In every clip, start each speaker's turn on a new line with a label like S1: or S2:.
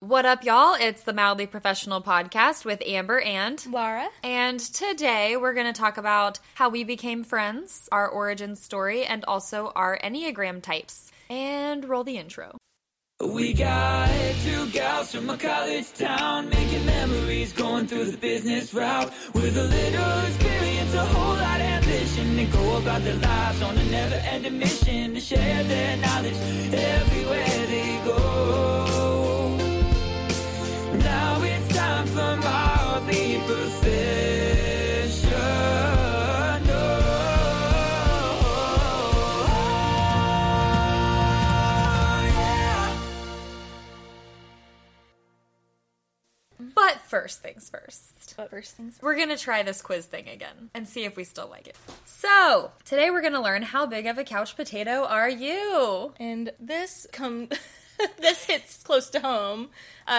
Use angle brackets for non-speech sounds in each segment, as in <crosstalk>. S1: What up, y'all? It's the Mildly Professional Podcast with Amber and
S2: Laura.
S1: And today we're going to talk about how we became friends, our origin story, and also our Enneagram types. And roll the intro.
S3: We got two gals from a college town making memories, going through the business route with a little experience, a whole lot of ambition, and go about their lives on a never-ending mission to share their knowledge everywhere they go. Now it's time for mildly professional.
S1: But first things first.
S2: But first things
S1: We're going to try this quiz thing again and see if we still like it. So, today we're going to learn how big of a couch potato are you?
S2: and this come <laughs> this hits close to home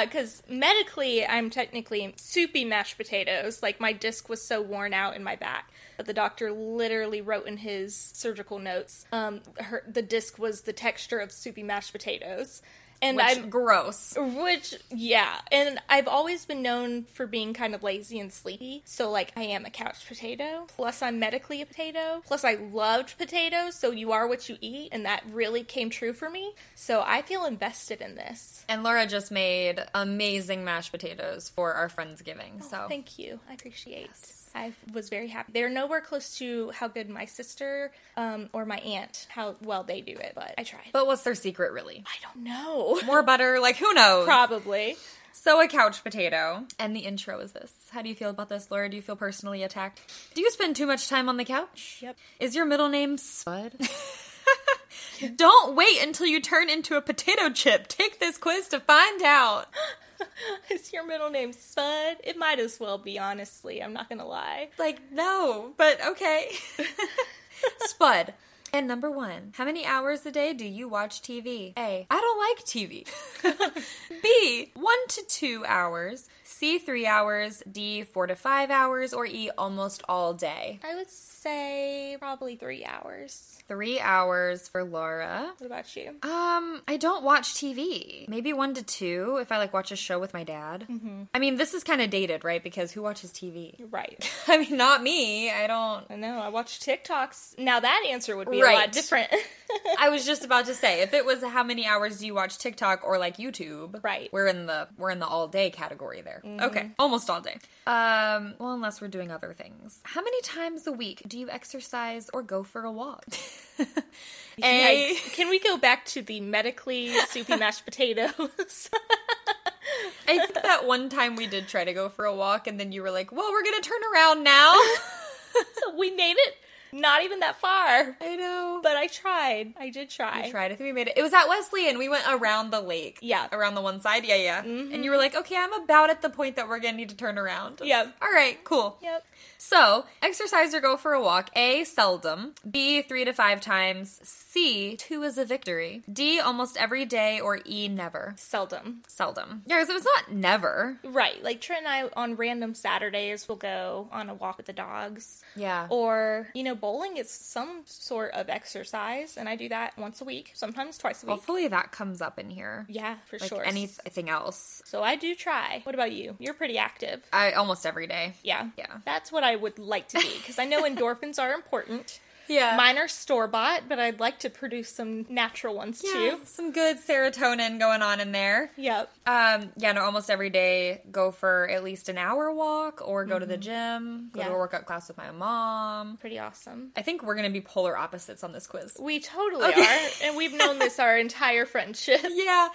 S2: because medically I'm technically soupy mashed potatoes. Like my disc was so worn out in my back that the doctor literally wrote in his surgical notes, um, her, the disc was the texture of soupy mashed potatoes. And
S1: Which,
S2: I'm
S1: gross.
S2: Which, yeah. And I've always been known for being kind of lazy and sleepy. So, like, I am a couch potato. Plus, I'm medically a potato. Plus, I loved potatoes. So, you are what you eat. And that really came true for me. So, I feel invested in this.
S1: And Laura just made amazing mashed potatoes for our Friendsgiving. So,
S2: Oh, Thank you. I appreciate. I was very happy. They're nowhere close to how good my sister um, or my aunt, how well they do it, but I tried.
S1: but what's their secret really?
S2: I don't know. <laughs>
S1: More butter, like who knows?
S2: Probably.
S1: So a couch potato. And the intro is this. How do you feel about this, Laura? Do you feel personally attacked? Do you spend too much time on the couch?
S2: Yep.
S1: Is your middle name <laughs> Spud? Don't wait until you turn into a potato chip. Take this quiz to find out.
S2: <laughs> Is your middle name Spud? It might as well be, honestly. I'm not going to lie.
S1: <gasps> Like, no, but <laughs> okay. Spud. And number one, how many hours a day do you watch TV? A. I don't like TV. <laughs> B. One to two hours. C. Three hours. D. Four to five hours. Or E. Almost all day.
S2: I would say probably three hours.
S1: Three hours for Laura.
S2: What about you?
S1: Um, I don't watch TV. Maybe one to two if I like watch a show with my dad. Mm-hmm. I mean, this is kind of dated, right? Because who watches TV?
S2: Right.
S1: <laughs> I mean, not me. I don't.
S2: I know. I watch TikToks. Now that answer would be a
S1: Right.
S2: lot different. <laughs>
S1: I was just about to say, if it was how many hours do you watch TikTok or like YouTube?
S2: Right. Mm-hmm.
S1: We're in the we're in the all day category there. Okay, almost all day. Um, well, unless we're doing other things. How many times a week do you exercise or go for a walk? <laughs> a
S2: Yikes. Can we go back to the medically soupy mashed potatoes? <laughs>
S1: I think that one time we did try to go for a walk, and then you were like, "Well, we're gonna turn around
S2: <laughs>
S1: now."
S2: we made it not even that far.
S1: I know.
S2: But I tried. I did try.
S1: I tried. I think we made it. It was at Wesley, and we went around the lake.
S2: Yeah. Mm-hmm.
S1: around the one side. Yeah, yeah. And you were like, "Okay, I'm about at the point that we're gonna need to turn around."
S2: Yep.
S1: All right. Cool.
S2: Yep.
S1: So, exercise or go for a walk. A seldom. B three to five times. C two is a victory. D almost every day, or E never.
S2: Seldom.
S1: Seldom. Yeah, so it's not never.
S2: Right. Like Trent and I on random Saturdays will go on a walk with the dogs.
S1: Yeah.
S2: Or, you know, bowling is some sort of exercise, and I do that once a week, sometimes twice a week.
S1: Hopefully that comes up in here.
S2: yeah, for
S1: Like
S2: sure.
S1: anything else.
S2: so I do try. What about you? You're pretty active.
S1: I almost every day.
S2: Yeah.
S1: Yeah.
S2: That's what I would like to be because
S1: <laughs>
S2: I know endorphins are important.
S1: Yeah.
S2: Mine are store bought, but I'd like to produce some natural ones
S1: yeah,
S2: too.
S1: some good serotonin going on in there.
S2: Yep.
S1: Um, yeah, no, almost every day go for at least an hour walk or go to the gym, go to
S2: Yeah.
S1: a workout class with my mom.
S2: Pretty awesome.
S1: I think we're gonna be polar opposites on this quiz.
S2: We totally
S1: Okay.
S2: are, and we've known this
S1: <laughs>
S2: our entire friendship.
S1: Yeah.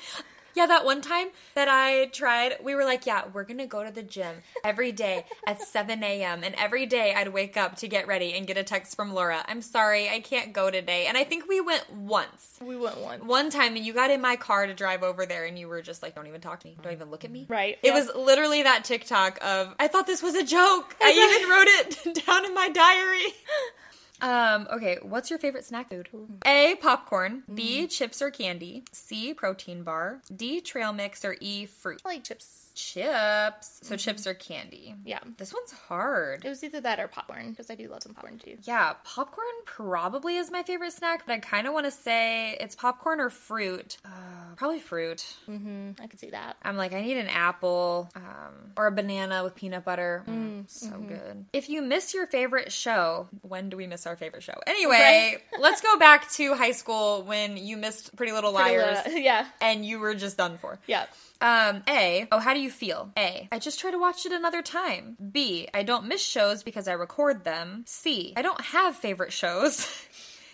S1: Yeah, that one time that I tried, we were like, yeah, we're gonna go to the gym every day at <laughs> 7 a.m. And every day I'd wake up to get ready and get a text from Laura, I'm sorry, I can't go today. And I think we went once.
S2: We went one.
S1: One time, and you got in my car to drive over there, and you were just like, don't even talk to me, don't even look at me.
S2: Right,
S1: It
S2: yeah.
S1: was literally that <laughs> TikTok of, I thought this was a joke. I even wrote it down in my diary. <laughs> Um, okay, what's your favorite snack food? A. Popcorn. B. Chips or candy. C. Protein bar. D. Trail mix. Or E. Fruit.
S2: I like chips.
S1: Chips. So chips or candy.
S2: Yeah.
S1: This one's hard.
S2: It was either that or popcorn, because I do love some popcorn too.
S1: Yeah, popcorn probably is my favorite snack, but I kind of want to say it's popcorn or fruit. Uh, probably fruit.
S2: Mm, I could see that.
S1: I'm like, I need an apple um, or a banana with peanut butter. Mm, so good. If you miss your favorite show, when do we miss our favorite show? Anyway, <laughs> let's go back to high school when you missed Pretty Little
S2: Pretty
S1: Liars <laughs>
S2: little- yeah.
S1: and you were just done for.
S2: Yeah.
S1: Um, A. Oh, how do you feel? A. I just try to watch it another time. B. I don't miss shows because I record them. C. I don't have favorite shows.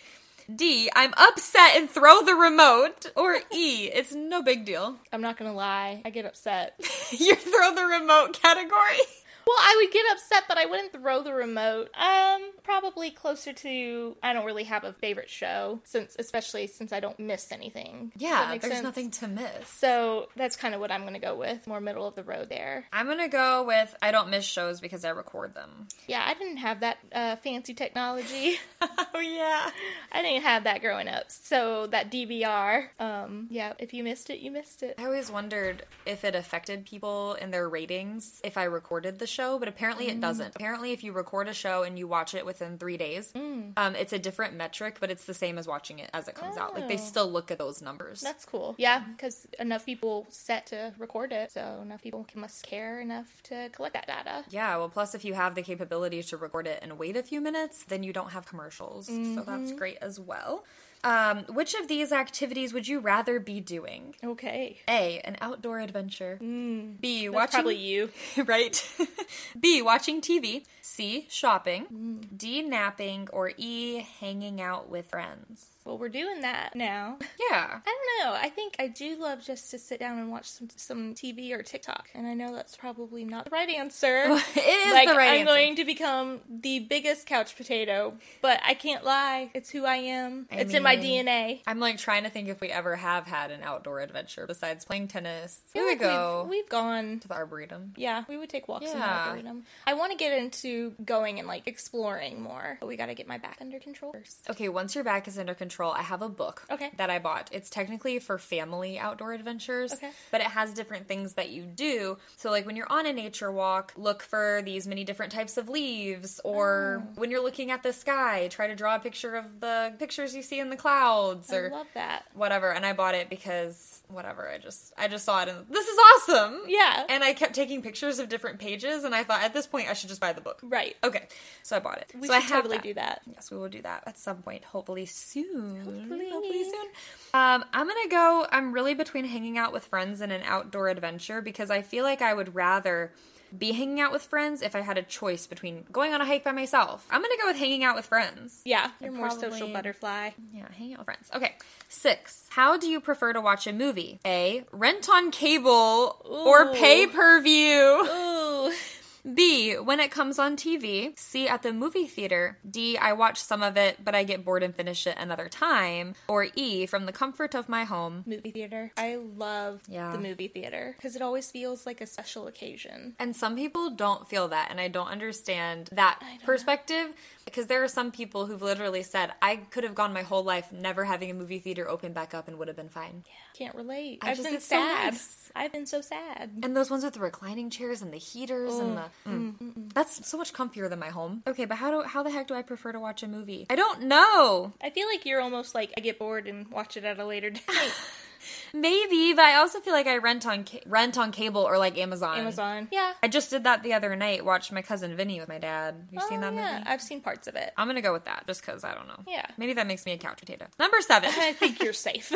S1: <laughs> D. I'm upset and throw the remote. Or E. It's no big deal.
S2: I'm not gonna lie. I
S1: <laughs>
S2: get upset.
S1: you throw the remote category.
S2: Well, I would get upset, but I wouldn't throw the remote. Um, probably closer to I don't really have a favorite show since, especially since I don't miss anything.
S1: <laughs>
S2: Does that
S1: Yeah,
S2: make
S1: there's
S2: sense?
S1: nothing to miss.
S2: So that's kind of what I'm gonna go with, more middle of the road there.
S1: I'm gonna go with I don't miss shows because I record them.
S2: Yeah, I didn't have that uh, fancy technology.
S1: <laughs>
S2: <laughs>
S1: oh yeah.
S2: I didn't have that growing up. So that DVR. Um, yeah, if you missed it, you missed it.
S1: I always wondered if it affected people in their ratings if I recorded the show, but apparently it doesn't. Apparently, if you record a show and you watch it within three days, um, it's a different metric, but it's the same as watching it as it comes out. Like they
S2: Oh.
S1: still look at those numbers.
S2: That's cool. Yeah, because enough people set to record it, so enough people can- must care enough to collect that data.
S1: yeah, well, plus if you have the capability to record it and wait a few minutes, then you don't have commercials. So
S2: Mm-hmm.
S1: that's great as well. Um, which of these activities would you rather be doing?
S2: Okay.
S1: A. An outdoor adventure. B. Watching.
S2: Mm. probably you.
S1: <laughs> right. <laughs> B. Watching TV. C. Shopping.
S2: Mm.
S1: D. Napping. Or E. Hanging out with friends.
S2: Well, we're doing that now. <laughs>
S1: Yeah.
S2: I don't know. I think I do love just to sit down and watch some some TV or TikTok, and I know that's probably not the right answer.
S1: <laughs> <laughs> it is
S2: like
S1: the right
S2: I'm
S1: answer.
S2: going to become the biggest couch potato, but I can't lie. It's who I am.
S1: I
S2: it's in my
S1: mean,
S2: DNA.
S1: I'm like trying to think if we ever have had an outdoor adventure besides playing tennis. Here
S2: I feel
S1: we
S2: like we've-
S1: go.
S2: We've, gone.
S1: to the arboretum.
S2: Yeah, we would take walks in the
S1: Yeah.
S2: arboretum. I want to get into going and like exploring more, but we got to get my back under control first.
S1: Okay, once your back is under control, I have a book
S2: Okay.
S1: that I bought. It's technically for family outdoor adventures,
S2: Okay.
S1: but it has different things that you do. So, like when you're on a nature walk, look for these many different types of leaves, or
S2: Oh.
S1: when you're looking at the sky, try to draw a picture of the pictures you see in the clouds,
S2: I
S1: or
S2: love that.
S1: whatever. And I bought it because whatever. I just I just saw it and this is awesome.
S2: Yeah.
S1: And I kept taking pictures of different pages, and I thought at this point I should just buy the book.
S2: Right. Oh,
S1: Okay, so I bought it.
S2: We
S1: so I
S2: should
S1: have
S2: totally
S1: that.
S2: do that.
S1: Yes, we will do that at some point, hopefully soon.
S2: Hopefully.
S1: soon. Um, I'm gonna go. I'm really between hanging out with friends and an outdoor adventure because I feel like I would rather be hanging out with friends if I had a choice between going on a hike by myself. I'm gonna go with hanging out with friends.
S2: Yeah, you're more social
S1: probably-
S2: butterfly.
S1: Yeah, hanging out with friends. Okay, six. How do you prefer to watch a movie? A. Rent on cable or
S2: Ooh.
S1: pay per <laughs> view.
S2: Ooh.
S1: B, when it comes on TV. C, at the movie theater. D, I watch some of it, but I get bored and finish it another time. Or E, from the comfort of my home.
S2: Movie theater. I love
S1: Yeah.
S2: the movie theater because it always feels like a special occasion.
S1: And some people don't feel that, and I don't understand that perspective because there are some people who've literally said, I could have gone my whole life never having a movie theater open back up and would have been fine.
S2: Can't relate.
S1: I
S2: I've
S1: just-
S2: been
S1: it's so
S2: sad.
S1: nice.
S2: I've been so sad.
S1: And those ones with the reclining chairs and the heaters and the mm. that's so much comfier than my home. Okay, but how do how the heck do I prefer to watch a movie? I don't know.
S2: I feel like you're almost like I get bored and watch it at a
S1: <laughs>
S2: later date.
S1: Maybe, but I also feel like I rent on ca- rent on cable or like Amazon.
S2: Amazon. Oh, Yeah.
S1: I just did that the other night. Watched my cousin Vinny with my dad. You seen
S2: Oh,
S1: that
S2: yeah.
S1: movie?
S2: I've seen parts
S1: <laughs>
S2: of it.
S1: I'm gonna go with that just because I don't know.
S2: Yeah.
S1: maybe that makes me a couch potato. Number seven. <laughs>
S2: I think you're <laughs> safe.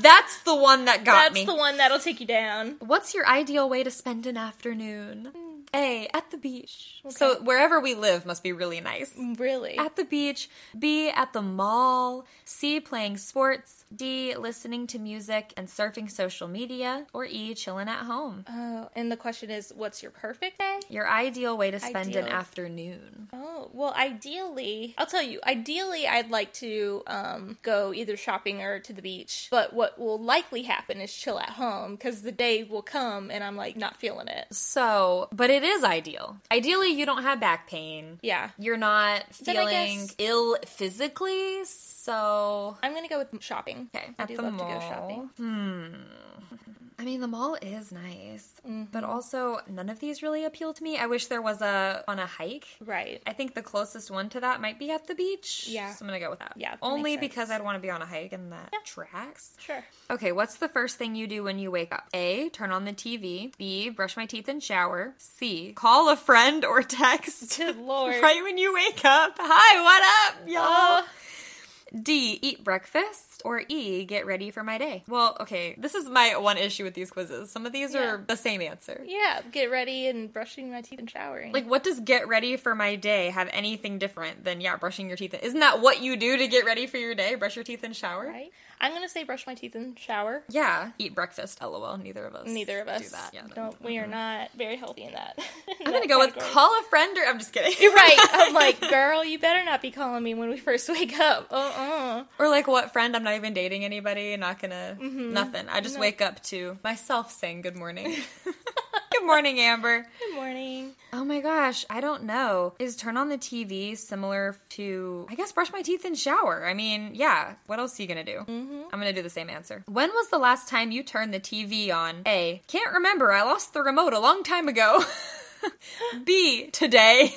S1: That's the one that got
S2: That's
S1: me.
S2: the one that'll take you down.
S1: What's your ideal way to spend an afternoon?
S2: Mm.
S1: A at the beach. So wherever we live must be really nice.
S2: Mm. Really.
S1: At the beach. B at the mall. C playing sports. D listening to music and surfing social media. Or E chilling at home.
S2: Oh, and the question is, what's your perfect day?
S1: Your ideal way to spend an
S2: Ideal.
S1: afternoon.
S2: Oh, well, ideally, I'll tell you, ideally, I'd like to um, go either shopping or to the beach. But what will likely happen is chill at home because the day will come and I'm like not feeling it.
S1: So, but it it is ideal. Ideally, you don't have back pain.
S2: Yeah.
S1: You're not
S2: Then I
S1: feeling
S2: guess-
S1: ill physically, so
S2: I'm gonna go with shopping.
S1: Okay,
S2: I
S1: at
S2: do
S1: the
S2: love to
S1: mall. Hmm.
S2: go shopping.
S1: I mean, the mall is nice,
S2: Mm-hmm.
S1: but also none of these really appeal to me. I wish there was a on a hike.
S2: Right.
S1: I think the closest one to that might be at the beach.
S2: Yeah.
S1: So I'm gonna go with that.
S2: Yeah, that
S1: Only
S2: makes sense.
S1: because I'd want to be on a hike and that tracks. <laughs>
S2: Sure.
S1: Okay, what's the first thing you do when you wake up? A. Turn on the TV. B. Brush my teeth and shower. C. Call a friend or text.
S2: Good <laughs> lord.
S1: <laughs> Right when you wake up. Hi, what up, y'all?
S2: Oh,
S1: D, eat breakfast, or E, get ready for my day. Well, okay, this is my one issue with these quizzes. Some of these
S2: Yeah.
S1: are the same answer.
S2: yeah. Get ready and brushing my teeth and showering.
S1: Like, what does get ready for my day have anything different than, yeah, brushing your teeth? Isn't that what you do to get ready for your day? Brush your teeth and shower?
S2: right. I'm gonna say brush my teeth and shower.
S1: Yeah, eat breakfast, lol. Neither of us.
S2: Neither of us.
S1: do that. Yeah, no.
S2: don't. We are not very healthy in that.
S1: <laughs>
S2: in
S1: I'm
S2: that
S1: gonna go with
S2: category.
S1: call a friend or I'm just kidding.
S2: You're right. I'm like, girl, you better not be calling me when we first wake up. Uh uh
S1: <laughs> Or like what friend? I'm not even dating anybody. Not gonna
S2: Mm-hmm.
S1: nothing. I just wake up to myself saying good morning.
S2: <laughs>
S1: good morning, Amber.
S2: Good morning.
S1: Oh my gosh, I don't know. Is turn on the TV similar to, I guess, brush my teeth and shower? I mean, yeah, what else are you gonna do? Mm-hmm. I'm gonna do the same answer. When was the last time you turned the TV on? A, can't remember, I lost the remote a long time ago. <laughs> B, today.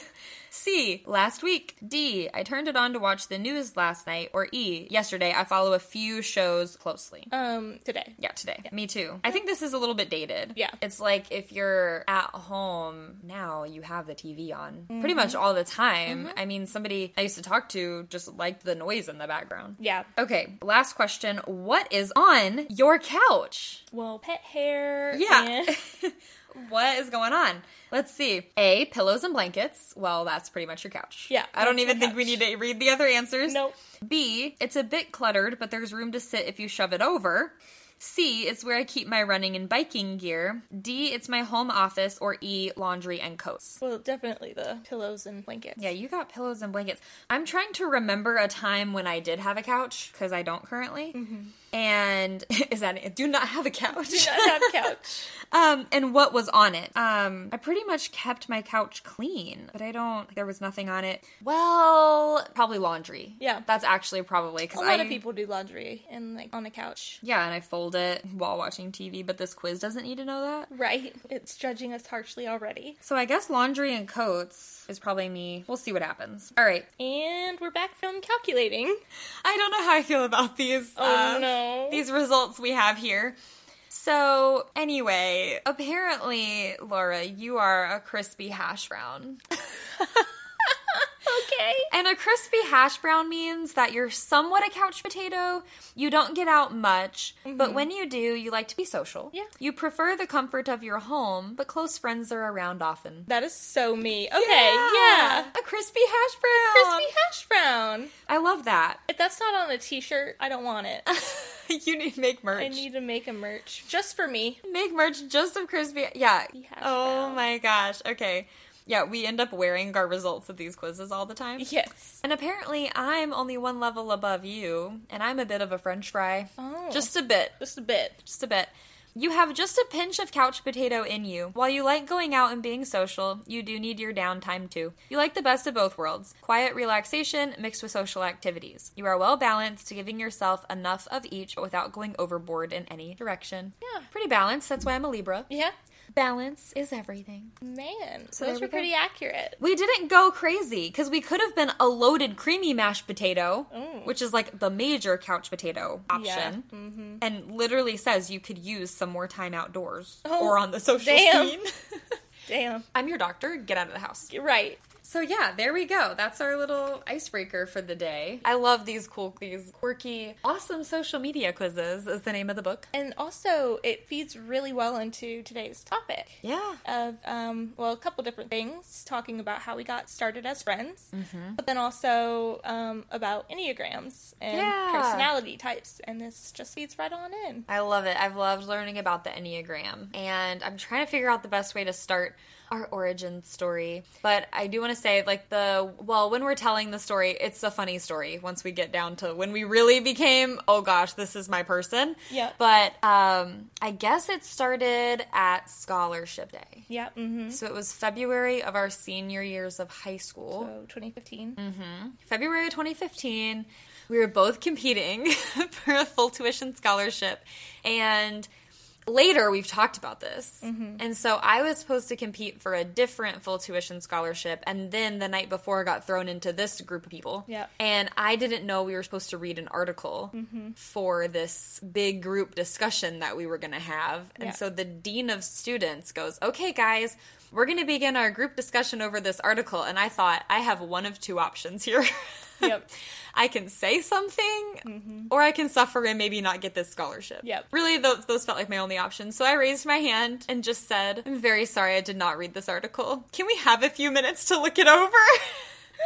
S1: C, last week. D, I turned it on to watch the news last night. Or E, yesterday, I follow a few shows closely.
S2: Um, today.
S1: Yeah, today. Me too. I think this is a little bit dated.
S2: Yeah.
S1: It's like if you're at home now, you have the TV on pretty much all the time. I mean, somebody I used to talk to just liked the noise in the background.
S2: Yeah.
S1: Okay, last question. What is on your couch?
S2: Well, pet hair.
S1: Yeah.
S2: and-
S1: <laughs> what is going on? Let's see. A, pillows and blankets. Well, that's pretty much your couch.
S2: Yeah,
S1: I don't
S2: that's
S1: even
S2: your
S1: think we need
S2: couch.
S1: to read the other answers.
S2: Nope.
S1: B, it's a bit cluttered, but there's room to sit if you shove it over. C, it's where I keep my running and biking gear. D, it's my home office. Or E, laundry and coats.
S2: Well, definitely the pillows and blankets.
S1: Yeah, you got pillows and blankets. I'm trying to remember a time when I did have a couch because I don't currently. And <laughs> is that it? Do not have a couch.
S2: Mm-hmm. Do <laughs>
S1: <laughs>
S2: not have couch.
S1: Um, and what was on it? Um, I pretty much kept my couch clean, but I don't. There was nothing on it. Well, probably laundry.
S2: Yeah.
S1: that's actually probably because
S2: A lot
S1: I,
S2: of people do laundry and like on the couch.
S1: Yeah, and I fold it while watching TV. But this quiz doesn't need to know that.
S2: Right. It's judging us harshly already.
S1: So I guess laundry and coats is probably me. We'll see what happens. All right.
S2: And we're back from calculating.
S1: I don't know how I feel about these.
S2: Oh
S1: um,
S2: no.
S1: these results we have here. So, anyway, apparently, Laura, you are a crispy hash brown.
S2: okay.
S1: And a crispy hash brown means that you're somewhat a couch potato. You don't get out much, but when you do, you like to be social.
S2: Mm-hmm. Yeah.
S1: You prefer the comfort of your home, but close friends are around often.
S2: That is so me. Okay. Yeah.
S1: A crispy hash brown.
S2: Crispy hash brown.
S1: I love
S2: <laughs>
S1: that.
S2: If that's not on a t-shirt, I don't want it.
S1: you need to make merch.
S2: I need to make a merch just for me.
S1: make merch just of crispy. Yeah.
S2: Crispy hash
S1: Oh
S2: brown.
S1: my gosh. Okay. Yeah, we end up wearing our results of these quizzes all the time.
S2: Yes.
S1: And apparently, I'm only one level above you, and I'm a bit of a french fry.
S2: Oh.
S1: Just a bit.
S2: Just a bit.
S1: Just a bit. You have just a pinch of couch potato in you. While you like going out and being social, you do need your downtime too. You like the best of both worlds quiet relaxation mixed with social activities. You are well balanced, giving yourself enough of each but without going overboard in any direction.
S2: Yeah.
S1: Pretty balanced, that's why I'm a Libra.
S2: Yeah.
S1: Balance is everything.
S2: Man.
S1: So there
S2: those
S1: we
S2: were pretty accurate.
S1: We didn't go crazy because we could have been a loaded creamy mashed potato,
S2: Mm.
S1: which is like the major couch potato option,
S2: Yeah. Mm-hmm.
S1: and literally says you could use some more time outdoors
S2: Oh,
S1: or on the social
S2: damn. <laughs>
S1: scene. <laughs>
S2: Damn.
S1: I'm your doctor. Get out of the house.
S2: You're right.
S1: So yeah, there we go. That's our little icebreaker for the day. I love these cool, these quirky, awesome social media quizzes. Is the name of the book?
S2: And also, it feeds really well into today's topic.
S1: Yeah.
S2: Of, um, well, a couple different things, talking about how we got started as friends,
S1: Mm-hmm.
S2: but then also um, about Enneagrams and
S1: Yeah.
S2: personality types. And this just feeds right on in.
S1: I love it. I've loved learning about the Enneagram, and I'm trying to figure out the best way to start our origin story. But I do want to say like the well when we're telling the story it's a funny story once we get down to when we really became oh gosh this is my person
S2: Yeah.
S1: but um i guess it started at scholarship day
S2: Yeah. Mm-hmm.
S1: so it was february of our senior years of high school
S2: So 2015.
S1: Mm-hmm. February 2015, we were both competing <laughs> for a full tuition scholarship. And later we've talked about this.
S2: Mm-hmm.
S1: And so I was supposed to compete for a different full tuition scholarship. And then the night before got thrown into this group of people.
S2: Yep.
S1: And I didn't know we were supposed to read an article
S2: Mm-hmm.
S1: for this big group discussion that we were going to have. And
S2: Yeah.
S1: so the dean of students goes, Okay, guys, we're going to begin our group discussion over this article. And I thought, I have one of two options here. <laughs>
S2: Yep.
S1: I can say something, or I can suffer and maybe not get this scholarship.
S2: Yep.
S1: Really, those, those felt like my only options. So I raised my hand and just said, I'm very sorry I did not read this article. Can we have a few minutes to look it over? <laughs>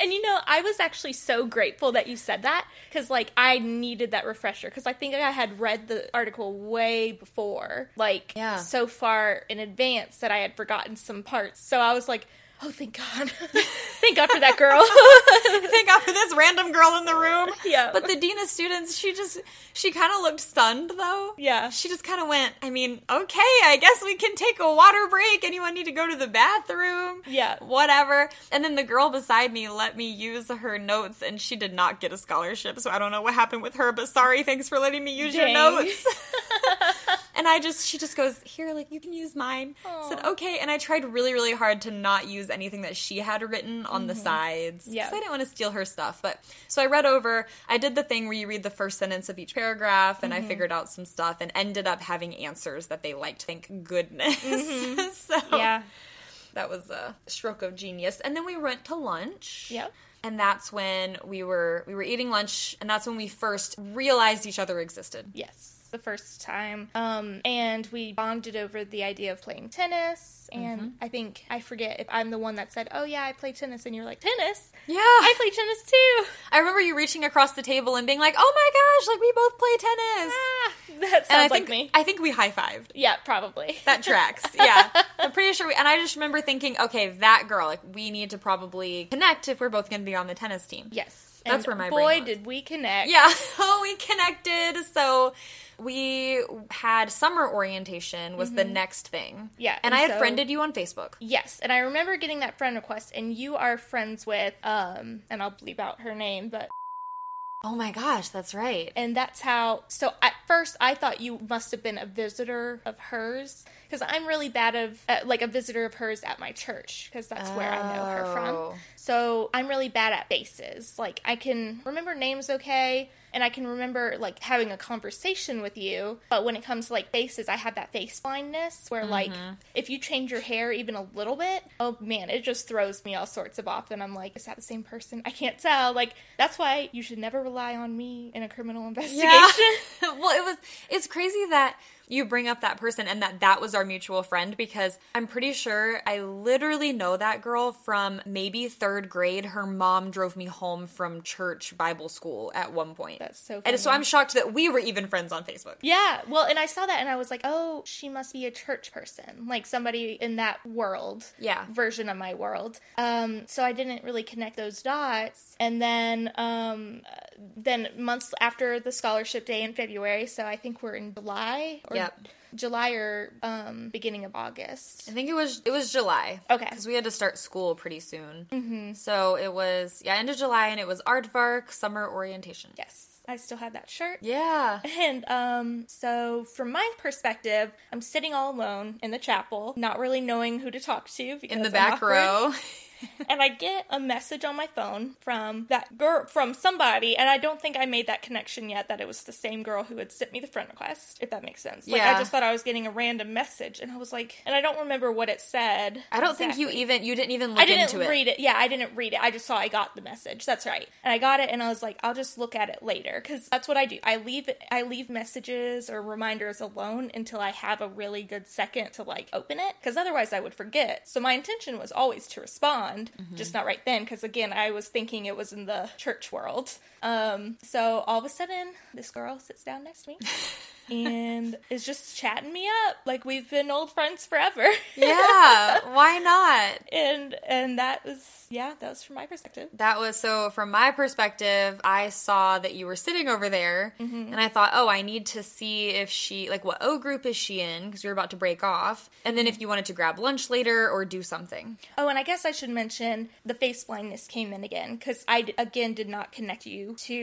S2: And you know, I was actually so grateful that you said that because, like, I needed that refresher because I think I had read the article way before, like,
S1: Yeah.
S2: so far in advance that I had forgotten some parts. So I was like, oh, thank God. <laughs> thank God for that girl. <laughs>
S1: <laughs> Thank God for this random girl in the room.
S2: Yeah.
S1: But the dean of students, she just, she kind of looked stunned though.
S2: Yeah.
S1: She just kind of went, I mean, okay, I guess we can take a water break. Anyone need to go to the bathroom?
S2: Yeah.
S1: Whatever. And then the girl beside me let me use her notes and she did not get a scholarship. So I don't know what happened with her, but sorry, thanks for letting me use your
S2: Dang.
S1: notes. <laughs> and I just, she just goes, here, like, you can use mine. I said,
S2: Aw.
S1: okay. And I tried really, really hard to not use anything that she had written on the sides. 'cause
S2: Mm-hmm. Yeah.
S1: I didn't want to steal her stuff. But so I read over, I did the thing where you read the first sentence of each paragraph and
S2: Mm-hmm.
S1: I figured out some stuff and ended up having answers that they liked. Thank goodness. <laughs> so
S2: Mm-hmm. yeah.
S1: that was a stroke of genius. And then we went to lunch.
S2: Yep.
S1: And that's when we were we were eating lunch and that's when we first realized each other existed.
S2: Yes, the first time. Um, and we bonded over the idea of playing tennis. And
S1: Mm-hmm.
S2: I think, I forget if I'm the one that said, oh, yeah, I play tennis. And you're like, tennis?
S1: Yeah.
S2: I play tennis too. <laughs>
S1: I remember you reaching across the table and being like, "Oh my gosh, like we both play tennis."
S2: Ah, that sounds
S1: and I
S2: like
S1: think
S2: me.
S1: I think we high fived.
S2: yeah, probably.
S1: That tracks. Yeah, I'm pretty sure. We, and I just remember thinking, okay, that girl. Like we need to probably connect if we're both going to be on the tennis team.
S2: yes.
S1: That's where my
S2: boy
S1: brain was.
S2: did we connect.
S1: Yeah, <laughs> so we connected. So we had summer orientation was the next thing.
S2: Yeah,
S1: Mm-hmm. and,
S2: and
S1: I had
S2: so-
S1: friended you on Facebook.
S2: Yes, and I remember getting that friend request, and you are friends with um, and I'll bleep out her name, but
S1: Oh my gosh, that's right.
S2: and that's how. So at first, I thought you must have been a visitor of hers because I'm really bad of uh, like a visitor of hers at my church because that's where I know her
S1: Oh.
S2: from. So I'm really bad at faces. Like I can remember names okay, and I can remember like having a conversation with you. But when it comes to like faces, I have that face blindness where like if you change your hair even a little bit, oh man, it just throws me all sorts of off. And I'm like, is that the same person? I can't tell. Like that's why you should never rely on me in a
S1: <laughs>
S2: criminal investigation.
S1: well, it was. It's crazy that you bring up that person and that that was our mutual friend because I'm pretty sure I literally know that girl from maybe third grade. Her mom drove me home from church Bible school at one point.
S2: That's so
S1: And so
S2: funny.
S1: I'm shocked that we were even friends on Facebook.
S2: Yeah, well, and I saw that and I was like, oh, she must be a church person, like somebody in that world,
S1: Yeah.
S2: version of my world. Um, so I didn't really connect those dots, and then, um, uh, then months after the scholarship day in February, so I think we're in July or
S1: Yep.
S2: July or um, beginning of August.
S1: I think it was it was July.
S2: Okay.
S1: because we had to start school pretty soon. Mm-hmm. So it was yeah end of July and it was Aardvark summer orientation.
S2: Yes, I still have that shirt. <laughs>
S1: Yeah.
S2: And um, so, from my perspective, I'm sitting all alone in the chapel, not really knowing who to talk to. Because
S1: In the
S2: I'm
S1: back
S2: awkward.
S1: row.
S2: <laughs> and I get a message on my phone from that girl from somebody, and I don't think I made that connection yet that it was the same girl who had sent me the friend request, if that makes sense. Like
S1: Yeah.
S2: I just thought I was getting a random message and I was like and I don't remember what it said.
S1: I don't think you
S2: exactly.
S1: even you didn't even look
S2: I didn't
S1: into it.
S2: read it. Yeah, I didn't read it. I just saw I got the message. That's right. And I got it and I was like, I'll just look at it later cuz that's what I do. I leave I leave messages or reminders alone until I have a really good second to like open it cuz otherwise I would forget. So my intention was always to respond,
S1: Mm-hmm.
S2: just not right then cuz again, I was thinking it was
S1: <laughs>
S2: in the church world. Um so all of a sudden, this girl sits down next to me and is just chatting me up like we've been old friends forever. <laughs>
S1: yeah, why not?
S2: and and that was yeah, that was from my perspective.
S1: That was so from my perspective, I saw that you were sitting over there and I thought, "Oh, I need to see if she like what O group is she in because we were about to break off." And then if you wanted to grab lunch later or do something.
S2: Oh, and I guess I should mention the face blindness came in again because I d- again did not connect you to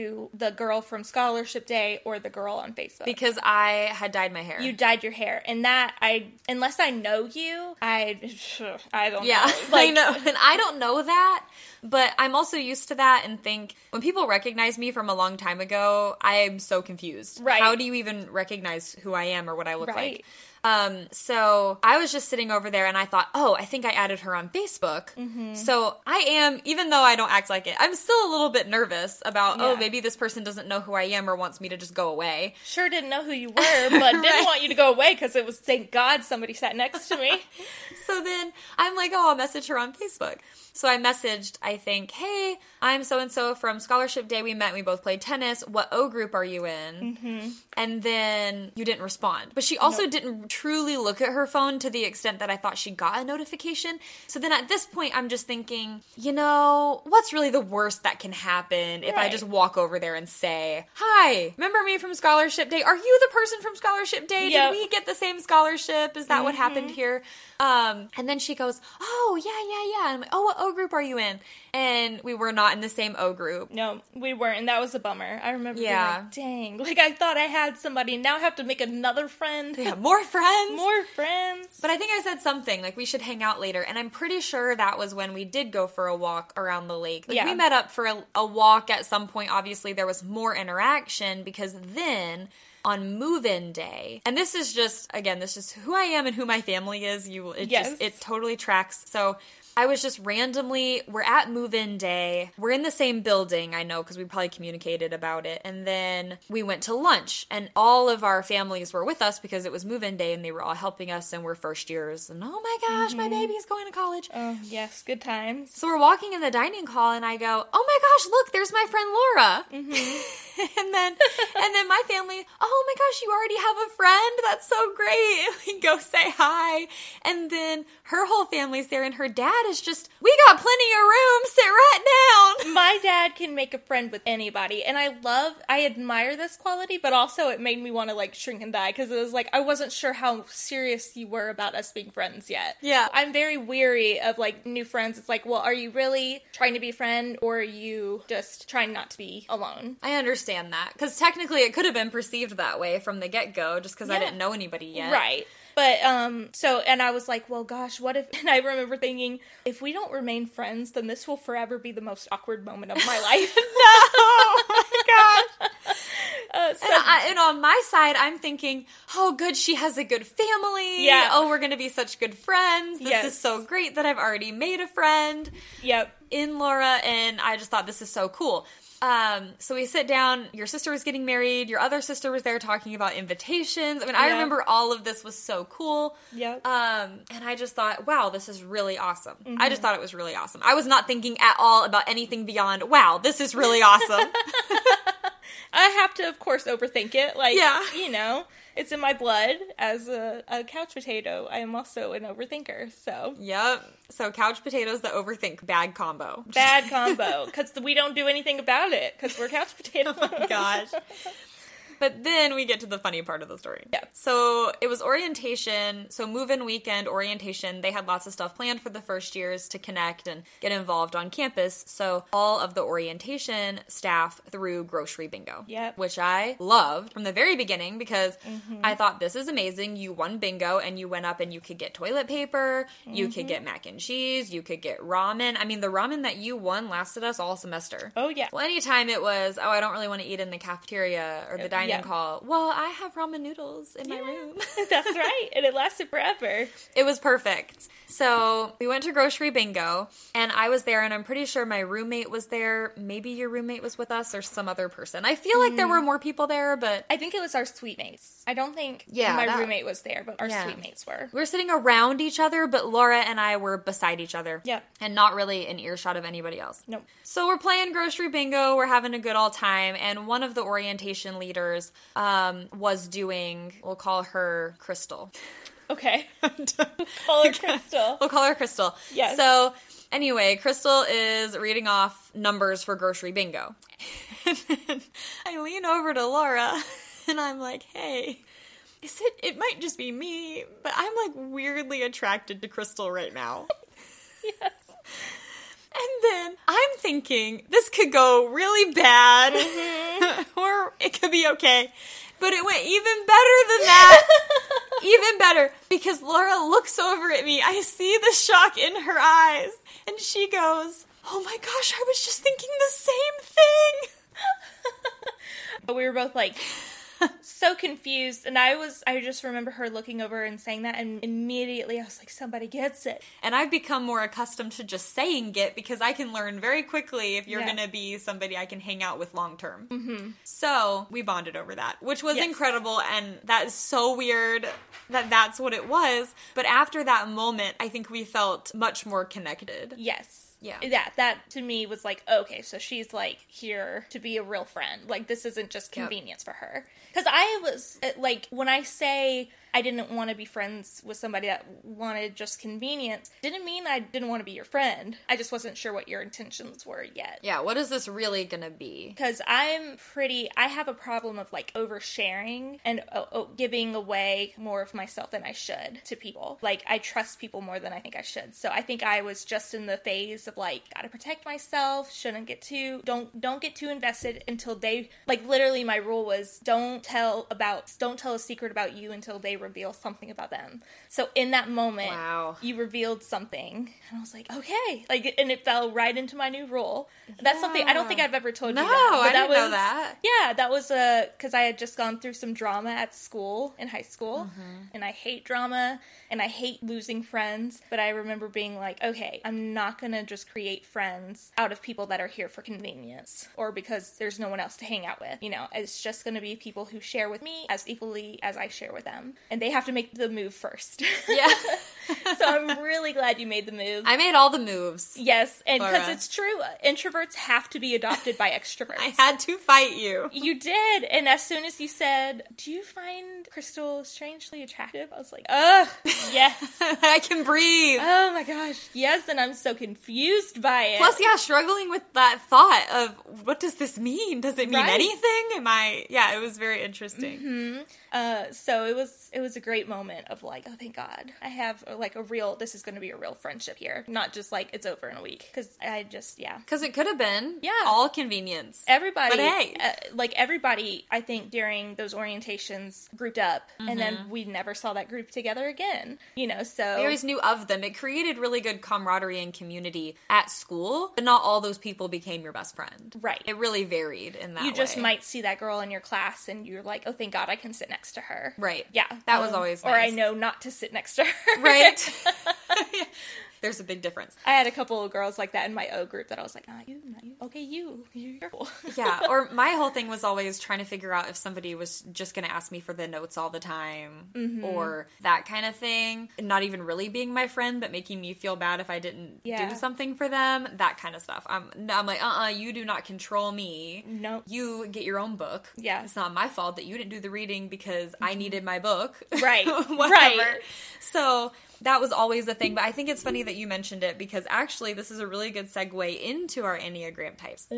S2: the girl from Scholarship Day or the girl on Facebook.
S1: Because I had dyed my hair.
S2: you dyed your hair, and that I unless I know you, I <sighs> I don't
S1: Yeah,
S2: <laughs> know.
S1: I know. <laughs> And I don't know that, but I'm also used to that and think when people recognize me from a long time ago, I am so confused.
S2: Right.
S1: How do you even recognize who I am or what I look
S2: Right.
S1: like? Um, so I was just sitting over there and I thought, oh, I think I added her on Facebook. So I am, even though I don't act like it, I'm still a little bit nervous about, oh,
S2: Yeah.
S1: maybe this person doesn't know who I am or wants me to just go away.
S2: Sure didn't know who you were, <laughs> but didn't
S1: Right.
S2: want you to go away because it was thank God somebody sat next to me. <laughs>
S1: So then I'm like, oh, I'll message her on Facebook. So I messaged, I think, hey, I'm so and so from Scholarship Day. We met, we both played tennis. What O group are you in? And then you didn't respond. But she also didn't truly look at her phone to the extent that I thought she got a notification. So then at this point, I'm just thinking, you know, what's really the worst that can happen if I
S2: Right.
S1: just walk over there and say, hi, remember me from Scholarship Day? Are you the person from Scholarship Day?
S2: Yep. Mm-hmm.
S1: Did we get the same scholarship? Is that what happened here? Um, and then she goes, Oh, yeah, yeah, yeah. And I'm like, Oh, what O group are you in? And we were not in the same O group.
S2: No, we weren't, and that was a bummer. I remember
S1: Yeah.
S2: being like, dang, like I thought I had somebody, and now I have to make another friend.
S1: Yeah, more <laughs> friends.
S2: <laughs> More friends.
S1: But I think I said something like we should hang out later, and I'm pretty sure that was when we did go for a walk around the lake. Like
S2: Yeah.
S1: we met up for a, a walk at some point. Obviously, there was more interaction because then on move-in day, and this is just again, this is who I am and who my family is. You, it
S2: Yes.
S1: just it totally tracks. So. I was just randomly, we're at move in day. We're in the same building, I know, because we probably communicated about it. And then we went to lunch, and all of our families were with us because it was move in day and they were all helping us, and we're first years. And oh my gosh, my baby's going to college.
S2: oh yes, good times.
S1: So we're walking in the dining hall, and I go, "Oh my gosh, look! There's my friend Laura." <laughs>
S2: Mm-hmm.
S1: and then, and then my family, "Oh my gosh, you already have a friend? That's so great!" <laughs> We go say hi, and then her whole family's there, and her dad is just, "We got plenty of room. Sit right down."
S2: My dad can make a friend with anybody, and I love, I admire this quality, but also it made me want to like shrink and die because it was like I wasn't sure how serious you were about us being friends yet.
S1: Yeah.
S2: I'm very weary of like new friends. It's like, well, are you really trying to be a friend, or are you just trying not to be alone?
S1: I understand that because technically it could have been perceived that way from the get go, just because I
S2: Yeah.
S1: didn't know anybody yet.
S2: Right. But um so and I was like, well gosh, what if <laughs> and I remember thinking, if we don't remain friends, then this will forever be the most awkward moment of
S1: <laughs>
S2: my life.
S1: Oh my gosh.
S2: <laughs> Uh, so
S1: And, I, and on my side, I'm thinking, oh, good, she has a good family.
S2: Yeah.
S1: Oh, we're going to be such good friends. This
S2: Yes.
S1: is so great that I've already made a friend
S2: yep.
S1: in Laura. And I just thought this is so cool. Um, so we sit down. Your sister was getting married. Your other sister was there talking about invitations. I mean, I
S2: Yeah.
S1: remember all of this was so cool.
S2: Yep.
S1: Um, and I just thought, wow, this is really awesome. I
S2: Mm-hmm.
S1: just thought it was really awesome. I was not thinking at all about anything beyond, wow, this is really
S2: <laughs>
S1: awesome.
S2: I have to of course overthink it. Like
S1: Yeah.
S2: you know, it's in my blood as a, a couch potato. I am also an overthinker,
S1: <laughs>
S2: so
S1: Yep. So couch potatoes, the overthink bad combo.
S2: bad combo because we don't do anything about it because
S1: <laughs>
S2: we're couch potatoes.
S1: Oh Gosh. But then we get to the funny part of the story.
S2: Yeah.
S1: So it was orientation. So move in weekend orientation. They had lots of stuff planned for the first years to connect and get involved on campus. So all of the orientation staff threw grocery bingo.
S2: Yep. Mm-hmm.
S1: Which I loved from the very beginning because I thought this is amazing. You won bingo and you went up and you could get toilet paper, you
S2: Mm-hmm.
S1: could get mac and cheese, you could get ramen. I mean, the ramen that you won lasted us all semester.
S2: <laughs> Oh yeah.
S1: Well, anytime it was, oh, I don't really want to eat in the cafeteria or the dining
S2: yeah.
S1: hall. Well, I have ramen noodles in my
S2: Yeah.
S1: room. <laughs>
S2: That's right. And it lasted forever.
S1: it was perfect. So we went to grocery bingo, and I was there, and I'm pretty sure my roommate was there. Maybe your roommate was with us or some other person. I feel like
S2: Mm.
S1: there were more people there, but
S2: I think it was our sweet mates. I don't think
S1: Yeah,
S2: my
S1: that-
S2: roommate was there, but our
S1: Yeah.
S2: sweet mates were.
S1: we were sitting around each other, but Laura and I were beside each other.
S2: Yep.
S1: And not really an earshot of anybody else.
S2: Nope.
S1: So we're playing grocery bingo, we're having a good all time, and one of the orientation leaders um, was doing, we'll call her Crystal.
S2: Okay. <laughs> Call her Crystal. <laughs>
S1: We'll call her Crystal.
S2: Yes.
S1: So anyway, Crystal is reading off numbers for grocery bingo. <laughs> And then I lean over to Laura <laughs> and I'm like, hey. Is it it might just be me, but I'm like weirdly attracted to Crystal right now.
S2: Yes.
S1: And then I'm thinking this could go really bad, <laughs> or it could be okay. But it went even better than that. even better. Because Laura looks over at me. I see the shock in her eyes. And she goes, Oh my gosh, I was just thinking the same thing. <laughs>
S2: But we were both like so confused and I was I just remember her looking over and saying that and immediately I was like somebody gets it.
S1: And I've become more accustomed to just saying it because I can learn very quickly if you're
S2: Yeah.
S1: going to be somebody I can hang out with long term. So we bonded over that, which was
S2: Yes.
S1: incredible. And that is so weird that that's what it was. But after that moment, I think we felt much more connected.
S2: Yes.
S1: Yeah.
S2: That that to me was like okay, so she's like here to be a real friend. Like this isn't just
S1: Yep.
S2: convenience for her. Because I was uh, like when I say I didn't want to be friends with somebody that wanted just convenience, didn't mean I didn't want to be your friend. I just wasn't sure what your intentions were yet.
S1: Yeah, what is this really going to be?
S2: because I'm pretty. I have a problem of like oversharing and uh, uh, giving away more of myself than I should to people. Like I trust people more than I think I should. So I think I was just in the phase of like gotta protect myself. Shouldn't get too don't don't get too invested until they like literally my rule was don't tell about don't tell a secret about you until they reveal something about them. So in that moment,
S1: Wow.
S2: you revealed something, and I was like, okay, like and it fell right into my new rule. That's something I don't think
S1: Yeah.
S2: I've ever told
S1: No,
S2: you. that, but
S1: I
S2: that
S1: didn't know
S2: was-
S1: that.
S2: Yeah, that was a because I had just gone through some drama at school in high school,
S1: Mm-hmm.
S2: and I hate drama and I hate losing friends. But I remember being like, okay, I'm not gonna just create friends out of people that are here for convenience or because there's no one else to hang out with. You know, it's just gonna be people who share with me as equally as I share with them, and they have to make the move first.
S1: <laughs>
S2: <laughs>
S1: Yeah.
S2: so I'm really glad you made the move.
S1: <laughs> I made all the moves.
S2: Yes, and because
S1: Laura.
S2: it's true, introverts have to be adopted by extroverts.
S1: <laughs> I had to fight you. <laughs>
S2: You did, and as soon as you said, "Do you find Crystal strangely attractive?" I was like,
S1: <laughs>
S2: "Ugh, yes,
S1: I can breathe.
S2: oh my gosh, yes," and I'm so confused by it.
S1: Plus, yeah, struggling with that thought of what does this mean? Does it mean
S2: Right.
S1: anything? Am I? Yeah, it was very interesting.
S2: uh, so it was it was a great moment of like, "Oh, thank God, I have uh, like a real. This is going to be a real friendship here, not just like it's over in a week." Because I just, yeah,
S1: Because it could have been,
S2: Yeah.
S1: all convenience.
S2: everybody
S1: But hey.
S2: uh, like everybody i think during those orientations grouped up and
S1: Mm-hmm.
S2: then we never saw that group together again you know so
S1: we always knew of them. It created really good camaraderie and community at school, but not all those people became your best friend.
S2: Right.
S1: It really varied in that.
S2: you just
S1: way.
S2: might see that girl in your class and you're like oh thank god i can sit next to her
S1: Right.
S2: yeah Um,
S1: That was always
S2: or i
S1: nice.
S2: know not to sit next to her
S1: right. There's a big difference.
S2: <laughs> i had a couple of girls like that in my o group that i was like not you not you okay you you're cool
S1: Yeah. Or my whole thing was always trying to figure out if somebody was just going to ask me for the notes all the time
S2: Mm-hmm.
S1: or that kind of thing. Not even really being my friend, but making me feel bad if I didn't
S2: Yeah.
S1: do something for them. That kind of stuff. I'm, I'm like, uh uh you do not control me.
S2: no
S1: you get your own book.
S2: Yeah. Mm-hmm.
S1: It's not my fault that you didn't do the reading because I needed my book. <laughs>
S2: Right.
S1: Whatever.
S2: Right.
S1: So that was always the thing. But I think it's funny that you mentioned it because actually, this is a really good segue into our Enneagram types.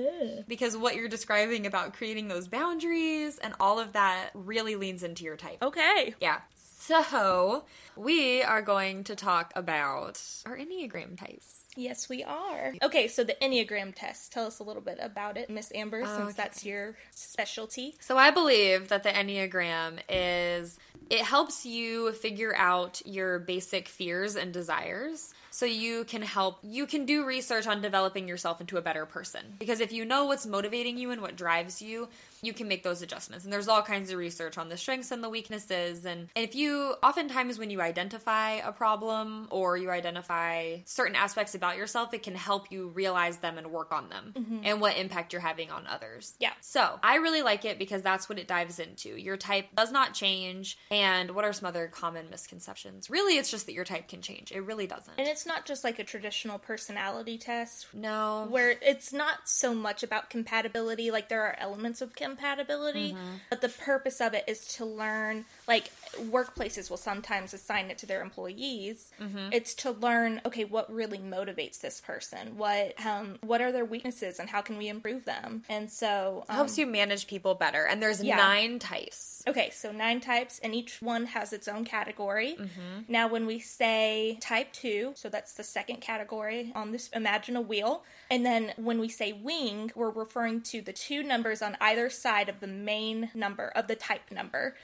S1: Because what you're describing about creating those boundaries and all of that really leans into your type.
S2: <laughs> okay
S1: Yeah. So we are going to talk about our Enneagram types.
S2: Yes, we are. Okay, so the Enneagram test. Tell us a little bit about it, Miss Amber, since
S1: Okay.
S2: that's your specialty.
S1: So I believe that the Enneagram is it helps you figure out your basic fears and desires so you can help you can do research on developing yourself into a better person. Because if you know what's motivating you and what drives you, you can make those adjustments. And there's all kinds of research on the strengths and the weaknesses. And, and if you, oftentimes when you identify a problem or you identify certain aspects about yourself, it can help you realize them and work on them and what impact you're having on others.
S2: Yeah.
S1: So I really like it because that's what it dives into. Your type does not change. And what are some other common misconceptions? Really, it's just that your type can change. It really doesn't.
S2: And it's not just like a traditional personality test
S1: no.
S2: where it's not so much about compatibility like there are elements of compatibility but the purpose of it is to learn like workplaces will sometimes assign it to their employees it's to learn okay what really motivates this person what um what are their weaknesses and how can we improve them and so um,
S1: helps you manage people better. And there's
S2: Yeah.
S1: nine types.
S2: Okay, so nine types, and each one has its own category.
S1: Mm-hmm.
S2: Now, when we say type two, so that's the second category on this, imagine a wheel. And then when we say wing, we're referring to the two numbers on either side of the main number, of the type number.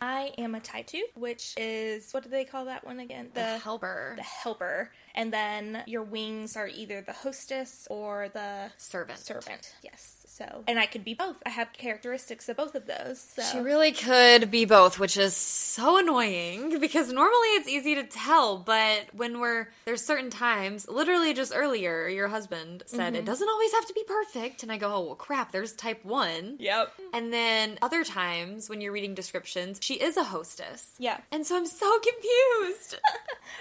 S2: I am a type two, which is, what do they call that one again?
S1: The helper,
S2: the helper. And then your wings are either the hostess or the
S1: servant.
S2: servant. Yes. So, and I could be both. I have characteristics of both of those. So.
S1: She really could be both, which is so annoying <laughs> because normally it's easy to tell, but when we're there's certain times, literally just earlier, your husband said
S2: Mm-hmm.
S1: it doesn't always have to be perfect, and I go, oh well, crap. There's type one.
S2: Yep.
S1: And then other times when you're reading descriptions, she is a hostess.
S2: Yeah.
S1: And so I'm so <laughs> confused.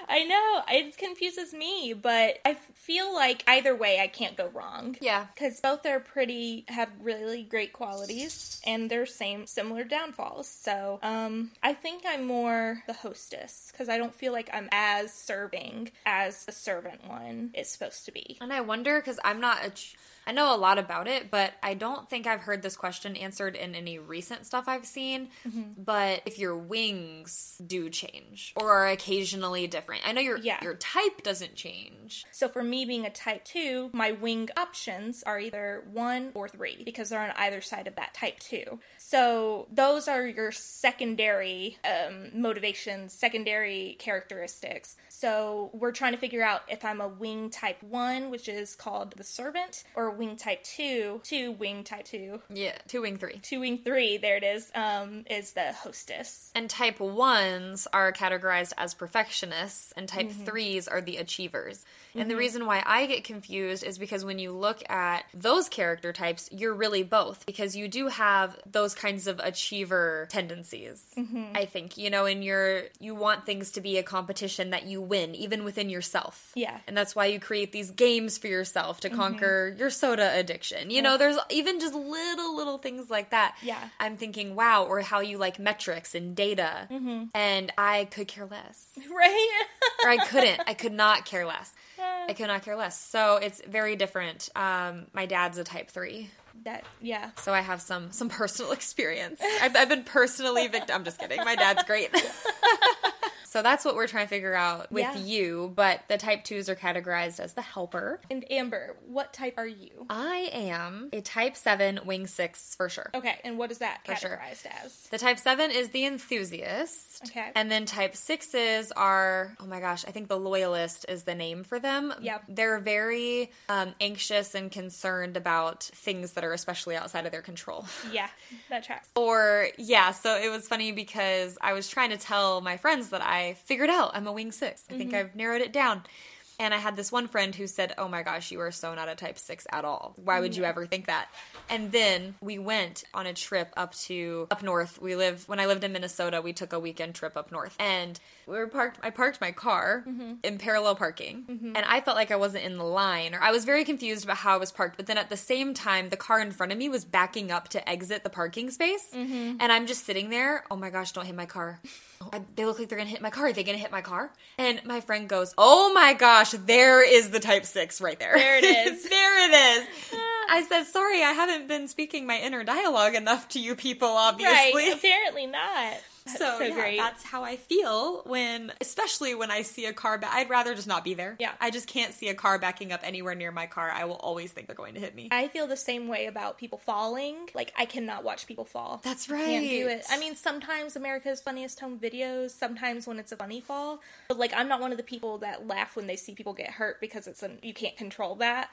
S2: I know. It confuses me, but I feel like either way I can't go wrong.
S1: Yeah.
S2: Cuz both are pretty have really great qualities and they're same similar downfalls. So, um I think I'm more the hostess cuz I don't feel like I'm as serving as the servant one is supposed to be.
S1: And I wonder because I'm not, a ch- I know a lot about it, but I don't think I've heard this question answered in any recent stuff I've seen.
S2: Mm-hmm.
S1: But if your wings do change or are occasionally different, I know your
S2: Yeah.
S1: your type doesn't change.
S2: So for me being a type 2, my wing options are either 1 or 3 because they're on either side of that type 2. So those are your secondary um, motivations, secondary characteristics. So we're trying to figure out if I'm a wing type 1, which is called the servant, or wing type 2, 2 wing type 2.
S1: Yeah, two wing three.
S2: 2 wing 3, there it is, um, is the hostess. <laughs>
S1: And type ones are categorized as perfectionists, and type threes are the achievers. And the reason why I get confused is because when you look at those character types, you're really both because you do have those kinds of achiever tendencies. I think you know, and you're you want things to be a competition that you win, even within yourself.
S2: Yeah.
S1: and that's why you create these games for yourself to conquer your soda addiction. You know, there's even just little little things like that.
S2: Yeah.
S1: I'm thinking, wow, or how you like metrics and data.
S2: Mm-hmm.
S1: And I could care less.
S2: Right? <laughs>
S1: or I couldn't. I could not care less. I could not care less. So it's very different. Um, my dad's a type three.
S2: that, yeah.
S1: So I have some some personal <laughs> experience. I've, I've been personally victim. I'm just kidding. My dad's great.
S2: <laughs>
S1: so that's what we're trying to figure out with
S2: Yeah.
S1: you. But the type twos are categorized as the helper.
S2: And Amber, what type are you?
S1: I am a type seven, wing six for sure.
S2: Okay, and what is that
S1: For sure.
S2: categorized as?
S1: The type seven is the enthusiast.
S2: Okay.
S1: And then type sixes are, oh my gosh, I think the loyalist is the name for them.
S2: Yep.
S1: They're very um, anxious and concerned about things that are especially outside of their control.
S2: Yeah, that tracks.
S1: Or, yeah, so it was funny because I was trying to tell my friends that I figured out I'm a wing six. I think I've narrowed it down. And I had this one friend who said, Oh my gosh, you are so not a type six at all. Why would you ever think that? And then we went on a trip up to up north. We live when I lived in Minnesota, we took a weekend trip up north. And we were parked I parked my car
S2: Mm-hmm.
S1: in parallel parking. And I felt like I wasn't in the line or I was very confused about how I was parked, but then at the same time the car in front of me was backing up to exit the parking space.
S2: Mm-hmm.
S1: And I'm just sitting there, oh my gosh, don't hit my car. Oh, I, they look like they're gonna hit my car. Are they gonna hit my car? And my friend goes, "Oh my gosh, there is the Type Six right there.
S2: There it
S1: <laughs>
S2: is.
S1: there
S2: <laughs>
S1: it is." I said, "Sorry, I haven't been speaking my inner dialogue enough to you people, obviously."
S2: Right, apparently not.
S1: So,
S2: so
S1: yeah,
S2: great.
S1: that's how I feel when, especially when I see a car. Ba- I'd rather just not be there.
S2: Yeah.
S1: I just can't see a car backing up anywhere near my car. I will always think they're going to hit me.
S2: I feel the same way about people falling. Like I cannot watch people fall.
S1: That's
S2: I Can't do
S1: right.
S2: it. I mean, sometimes America's Funniest Home Videos. Sometimes when it's a funny fall, but like I'm not one of the people that laugh when they see people get hurt because it's an, you can't control that.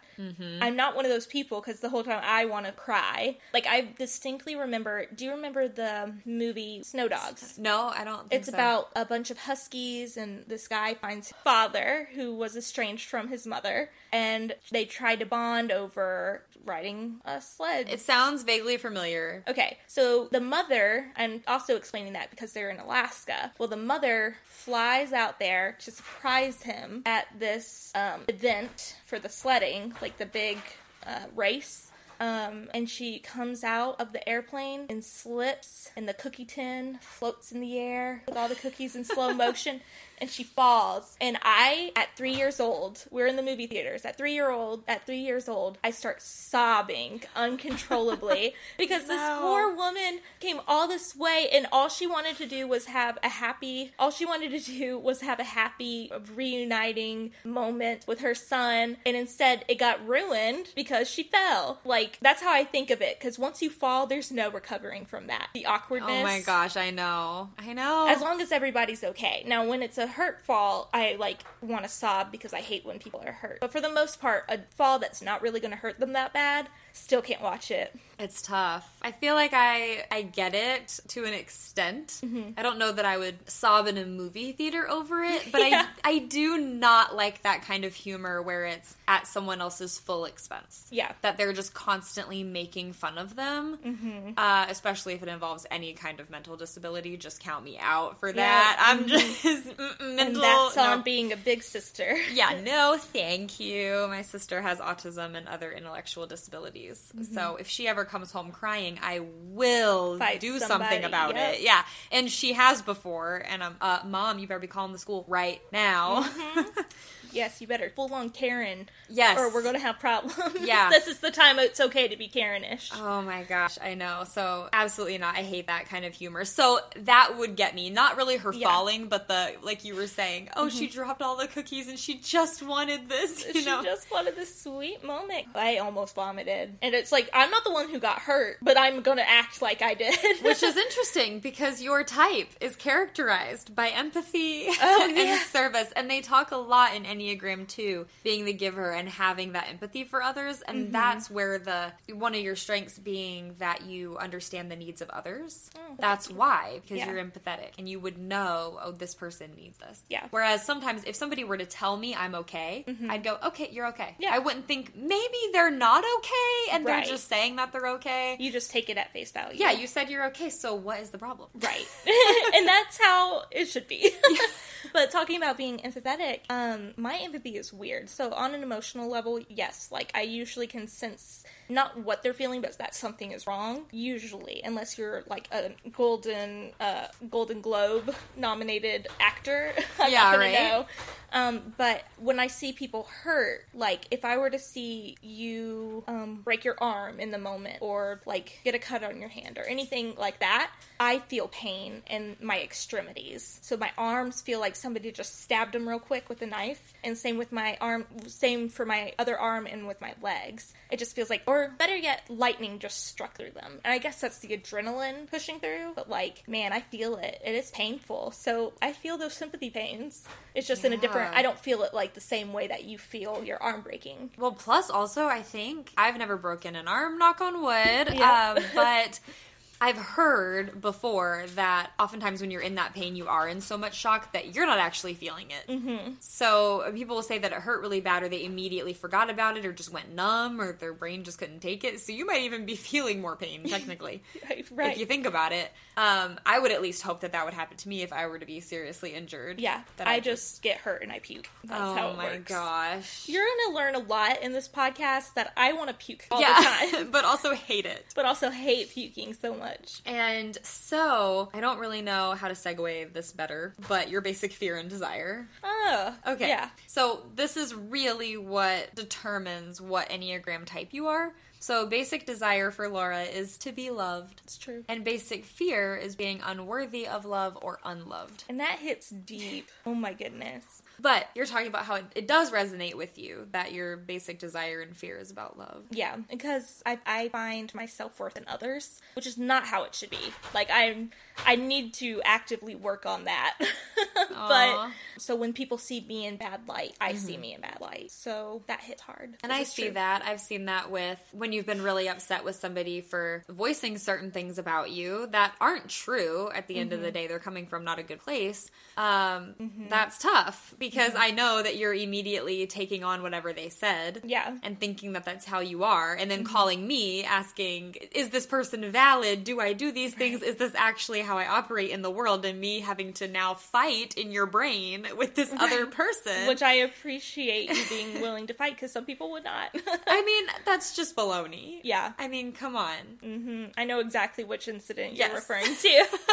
S2: I'm not one of those people because the whole time I want to cry. Like I distinctly remember. Do you remember the movie Snow Dogs?
S1: no, I don't. Think
S2: It's
S1: so.
S2: about a bunch of huskies, and this guy finds his father, who was estranged from his mother, and they try to bond over riding a sled.
S1: It sounds vaguely familiar.
S2: Okay, so the mother, I'm also explaining that because they're in Alaska. Well, the mother flies out there to surprise him at this um, event for the sledding, like the big uh, race. Um, and she comes out of the airplane and slips in the cookie tin, floats in the air with all the cookies in slow motion, and she falls. And I, at three years old, we're in the movie theaters. At three year old, at three years old, I start sobbing
S1: <laughs>
S2: uncontrollably because this
S1: No.
S2: poor woman came all this way, and all she wanted to do was have a happy. All she wanted to do was have a happy reuniting moment with her son, and instead it got ruined because she fell. Like that's how I think of it. Because once you fall, there's no recovering from that. The
S1: Oh
S2: awkwardness.
S1: my gosh, I know. I know.
S2: As long as everybody's okay. Now, when it's a hurt fall, I like want to sob because I hate when people are hurt. But for the most part, a fall that's not really going to hurt them that bad, still can't watch it.
S1: It's tough. I feel like I I get it to an extent.
S2: Mm-hmm.
S1: I don't know that I would sob in a movie theater over it, but
S2: <laughs> Yeah.
S1: I I do not like that kind of humor where it's at someone else's full expense.
S2: Yeah.
S1: that they're just constantly making fun of them.
S2: Mm-hmm.
S1: Uh, especially if it involves any kind of mental disability, just count me out for that. I'm just <laughs> mm-mm,
S2: Mm-hmm. And
S1: mental.
S2: that's
S1: no.
S2: on being a big sister.
S1: Yeah, no, thank you. My sister has autism and other intellectual disabilities.
S2: Mm-hmm.
S1: So if she ever comes home crying, I will
S2: Fight
S1: do
S2: somebody,
S1: something about
S2: yep.
S1: it. Yeah. And she has before. And I'm, uh, Mom, you better be calling the school right now.
S2: <laughs> Yes, you better full on Karen,
S1: <laughs> yes.
S2: Mm-hmm. or we're going to have problems. <laughs>
S1: Yeah.
S2: this is the time it's okay to be Karenish.
S1: Oh my gosh, I know. So absolutely not. I hate that kind of humor. So that would get me. Not really her
S2: Yeah. Mm-hmm.
S1: falling, but the like you were saying. Oh, she dropped all the cookies and she just wanted this. You
S2: she
S1: know,
S2: just wanted this sweet moment. I almost vomited, and it's like I'm not the one who got hurt, but I'm gonna act like I did.
S1: Which is interesting because your type is characterized by empathy
S2: Oh,
S1: <laughs>
S2: yeah.
S1: and service. And they talk a lot in Enneagram 2, being the giver and having that empathy for others. And
S2: Mm-hmm.
S1: that's where the one of your strengths being that you understand the needs of others. that's why, because
S2: Oh, Yeah.
S1: you're empathetic and you would know, oh, this person needs this.
S2: Yeah. Mm-hmm.
S1: Whereas sometimes if somebody were to tell me I'm okay, I'd go, okay, you're okay.
S2: Yeah.
S1: I wouldn't think maybe they're not okay and
S2: Right.
S1: they're just saying that they're okay.
S2: <laughs> you just take it at face value.
S1: Yeah, you said you're okay, so what is the problem?
S2: Right.
S1: <laughs>
S2: and that's how it should be. <laughs> but talking about being empathetic, um, my empathy is weird. So on an emotional level, yes, like I usually can sense not what they're feeling, but that something is wrong. Usually, unless you're like a golden uh, Golden Globe nominated actor, <laughs> I'm
S1: Yeah,
S2: not gonna
S1: right.
S2: know. Um, but when I see people hurt, like if I were to see you um, break your arm in the moment or like get a cut on your hand or anything like that, I feel pain in my extremities. So my arms feel like somebody just stabbed them real quick with a knife. And same with my arm, same for my other arm and with my legs. It just feels like, or better yet, lightning just struck through them. And I guess that's the adrenaline pushing through, but like, man, I feel it. It is painful. So I feel those sympathy pains. It's just in a different,
S1: Yeah.
S2: I don't feel it like the same way that you feel your arm breaking.
S1: Well, plus also, I think I've never broken an arm, knock on wood,
S2: Yeah. <laughs>
S1: um, but I've heard before that oftentimes when you're in that pain, you are in so much shock that you're not actually feeling it. Mm-hmm. So people will say that it hurt really bad, or they immediately forgot about it, or just went numb, or their brain just couldn't take it. So you might even be <laughs> feeling more
S2: <laughs>
S1: pain technically.
S2: Right. <laughs> right.
S1: If you think about it, um, I would at least hope that that would happen to me if I were to be seriously injured.
S2: yeah.
S1: That
S2: I just get hurt and I puke. That's
S1: oh
S2: how it
S1: my
S2: works.
S1: gosh.
S2: You're going to learn a lot in this podcast that I want to puke all the <laughs>
S1: <laughs>
S2: time,
S1: but also hate it.
S2: but also hate puking so much.
S1: And so, I don't really know how to segue this better, but your basic fear and desire.
S2: Oh.
S1: Okay.
S2: Yeah.
S1: So, this is really what determines what Enneagram type you are. So, basic desire for Laura is to be loved,
S2: It's true.
S1: and basic fear is being unworthy of love or unloved.
S2: And that hits deep. Oh my goodness.
S1: But you're talking about how it, it does resonate with you that your basic desire and fear is about love.
S2: Yeah, because I, I find my self worth in others, which is not how it should be. Like I'm, I need to actively work on that. <laughs> but
S1: Aw. Mm-hmm.
S2: so when people see me in bad light, I see me in bad light. So that hits hard.
S1: And
S2: This
S1: I
S2: is
S1: see
S2: true.
S1: that. I've seen that with when you've been really upset with somebody for voicing certain things about you that aren't true. At the end
S2: Mm-hmm.
S1: of the day, they're coming from not a good place. Um, That's tough because
S2: Mm-hmm.
S1: I know that you're immediately taking on whatever they said.
S2: Yeah. Mm-hmm.
S1: And thinking that that's how you are. And then calling me asking, is this person valid? Do I do these things? Is this actually how I operate in the world? And me having to now fight in your brain with
S2: <laughs>
S1: this other person.
S2: Which I appreciate you being willing to fight because some people would not.
S1: <laughs> I mean, that's just baloney.
S2: <laughs> Yeah. mm-hmm.
S1: I mean, come
S2: <laughs>
S1: on.
S2: I know exactly which incident
S1: Yes.
S2: you're referring to. <laughs>
S1: <laughs>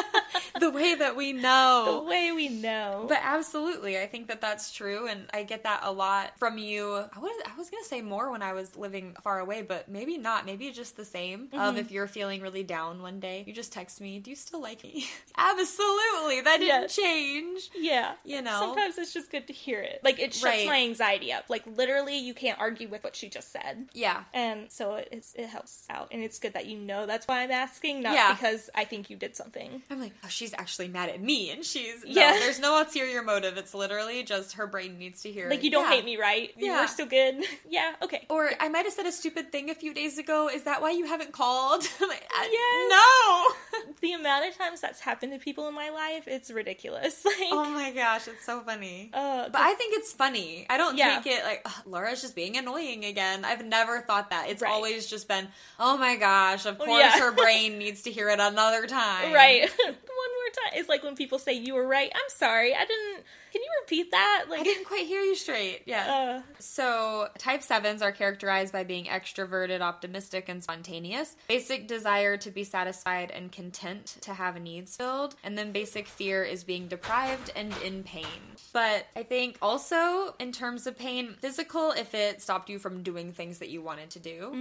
S1: The way that we
S2: the
S1: know.
S2: way we know.
S1: But absolutely, I think that that's true, and I get that a lot from you. I was I was gonna say more when I was living far away, but maybe not. Maybe just the same.
S2: Mm-hmm.
S1: Of if you're feeling really down one day, you just text me. Do you still like me? <laughs> absolutely, that didn't
S2: Yes.
S1: change.
S2: yeah.
S1: You know.
S2: Sometimes it's just good to hear it. Like it shuts
S1: Right.
S2: my anxiety up. Like literally you can't argue with what she just said.
S1: Yeah,
S2: And so it, it's, it helps out. And it's good that you know that's why I'm asking, not
S1: Yeah.
S2: because I think you did something.
S1: I'm like, oh, she's actually mad at me, and she's no,
S2: Yeah.
S1: There's no ulterior motive. It's literally just her brain needs to hear.
S2: Like you don't
S1: yeah.
S2: hate me, right?
S1: Yeah.
S2: We're still good. <laughs> yeah, okay.
S1: Or I might have said a stupid thing a few days ago. Is that why you haven't called? <laughs> I'm like, I-
S2: Yes.
S1: No.
S2: the amount of times that's happened to people in my life, it's ridiculous. <laughs> Like
S1: Oh my gosh, it's so funny.
S2: uh,
S1: but I think it's funny. I don't
S2: Yeah.
S1: take it like "Ugh, Laura's just being annoying again. I've never thought that. It's
S2: Right.
S1: always just been, oh my gosh, of
S2: Well,
S1: course
S2: yeah.
S1: her brain needs to hear it another time.
S2: <laughs> Right. One more time. It's like when people say you were right. I'm sorry. I didn't. Can you repeat that?
S1: I
S2: Like,
S1: didn't quite hear you straight. Yeah.
S2: uh,
S1: So, type sevens are characterized by being extroverted, optimistic, and spontaneous. Basic desire to be satisfied and content to have needs filled. And then basic fear is being deprived and in pain. But I think also, in terms of pain, physical, if it stopped you from doing things that you wanted to do,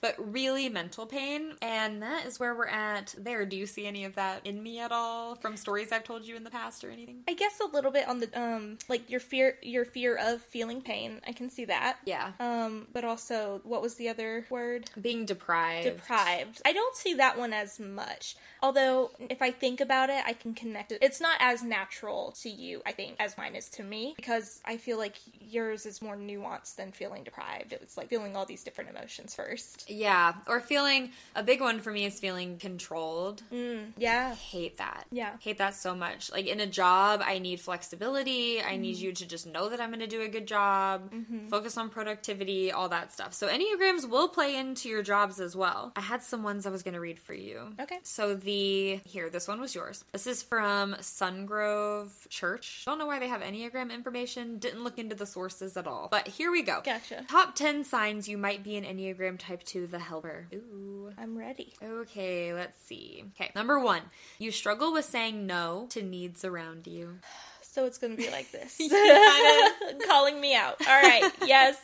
S1: but really mental pain. And that is where we're at there. Do you see any of that in me at all from stories I've told you in the past or anything?
S2: I guess a little bit on the um, like your fear, your fear of feeling pain. I can see that.
S1: Yeah.
S2: Um, but also, what was the other word?
S1: Being deprived.
S2: Deprived. I don't see that one as much. Although, if I think about it, I can connect it. It's not as natural to you, I think, as mine is to me, because I feel like yours is more nuanced than feeling deprived. It's like feeling all these different emotions first.
S1: Yeah, or feeling a big one for me is feeling controlled.
S2: Yeah.
S1: Hate that.
S2: Mm. Yeah.
S1: Hate that so much. Like in a job, I need flexibility. I
S2: Mm-hmm.
S1: need you to just know that I'm going to do a good job, focus on productivity, all that stuff. So, Enneagrams will play into your jobs as well. I had some ones I was going to read for you.
S2: Okay.
S1: So, the here, this one was yours. This is from Sungrove Church. Don't know why they have Enneagram information. Didn't look into the sources at all. But here we go.
S2: Gotcha.
S1: Top 10 signs you might be an Enneagram Type 2 the helper. Ooh.
S2: I'm ready.
S1: Okay, let's see. Okay, number one, you struggle with saying no to needs around you.
S2: So it's going to be like this.
S1: Yeah.
S2: <laughs> Calling me out. All right. Yes.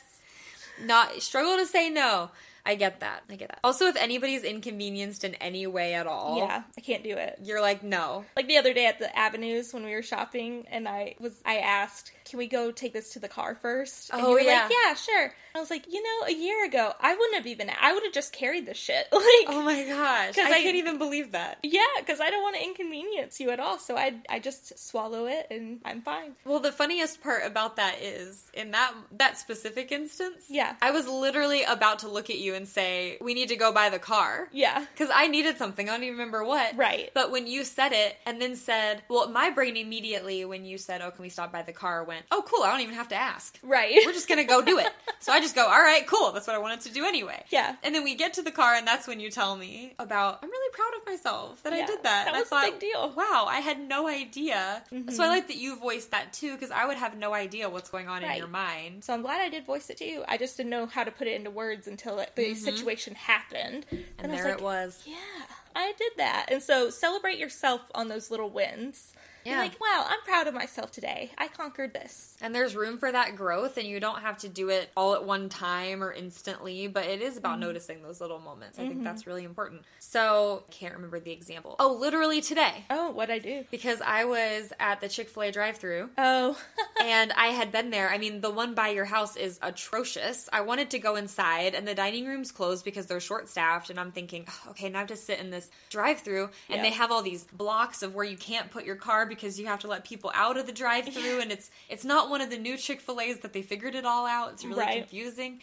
S1: Not struggle to say no. I get that. I get that. Also, if anybody's inconvenienced in any way at all,
S2: Yeah. I can't do it.
S1: you're like, no.
S2: Like the other day at the Avenues when we were shopping, and I was I asked, "Can we go take this to the car first? And
S1: Oh,
S2: you were
S1: yeah.
S2: like, yeah, sure. And I was like, you know, a year ago I wouldn't have even. I would have just carried the shit. <laughs> Like,
S1: Oh my gosh.
S2: <laughs> 'Cause
S1: I,
S2: I-
S1: couldn't even believe that.
S2: yeah, because I don't want to inconvenience you at all. So I I just swallow it and I'm fine.
S1: Well, the funniest part about that is in that that specific instance,
S2: Yeah.
S1: I was literally about to look at you and say, "We need to go buy the car."
S2: Yeah.
S1: Because I needed something. I don't even remember what.
S2: Right.
S1: But when you said it and then said, well, my brain immediately, when you said, oh, can we stop by the car, went, oh, cool. I don't even have to ask.
S2: Right.
S1: We're just going to go do it. So I just go, all right, cool. That's what I wanted to do anyway.
S2: <laughs> Yeah.
S1: And then we get to the car, and that's when you tell me about, I'm really proud of myself that I
S2: Yeah,
S1: did that.
S2: that
S1: and
S2: was a
S1: I thought,
S2: big deal. Mm-hmm.
S1: wow, I had no idea. So I like that you voiced that too, because I would have no idea what's going on in
S2: Right.
S1: your mind.
S2: So I'm glad I did voice it to you. I just didn't know how to put it into words until it, the situation happened.
S1: Mm-hmm. And,
S2: I was
S1: there
S2: like,
S1: it was.
S2: Yeah, I did that. And so celebrate yourself on those little wins. You're
S1: Yeah.
S2: like, wow, I'm proud of myself today. I conquered this.
S1: And there's room for that growth, and you don't have to do it all at one time or instantly, but it is
S2: Mm-hmm.
S1: about noticing those little moments. I think that's really important. So, can't remember the example. Oh, literally today,
S2: Oh, what'd I do?
S1: because I was at the Chick fil A drive through
S2: Oh, <laughs>
S1: and I had been there. I mean, the one by your house is atrocious. I wanted to go inside, and the dining room's closed because they're short staffed. And I'm thinking, "Ugh, okay, now I have to sit in this drive through, and
S2: Yeah.
S1: they have all these blocks of where you can't put your car because you have to let people out of the drive through, and it's it's not one of the new Chick fil A's that they figured it all out. It's really
S2: Right.
S1: confusing.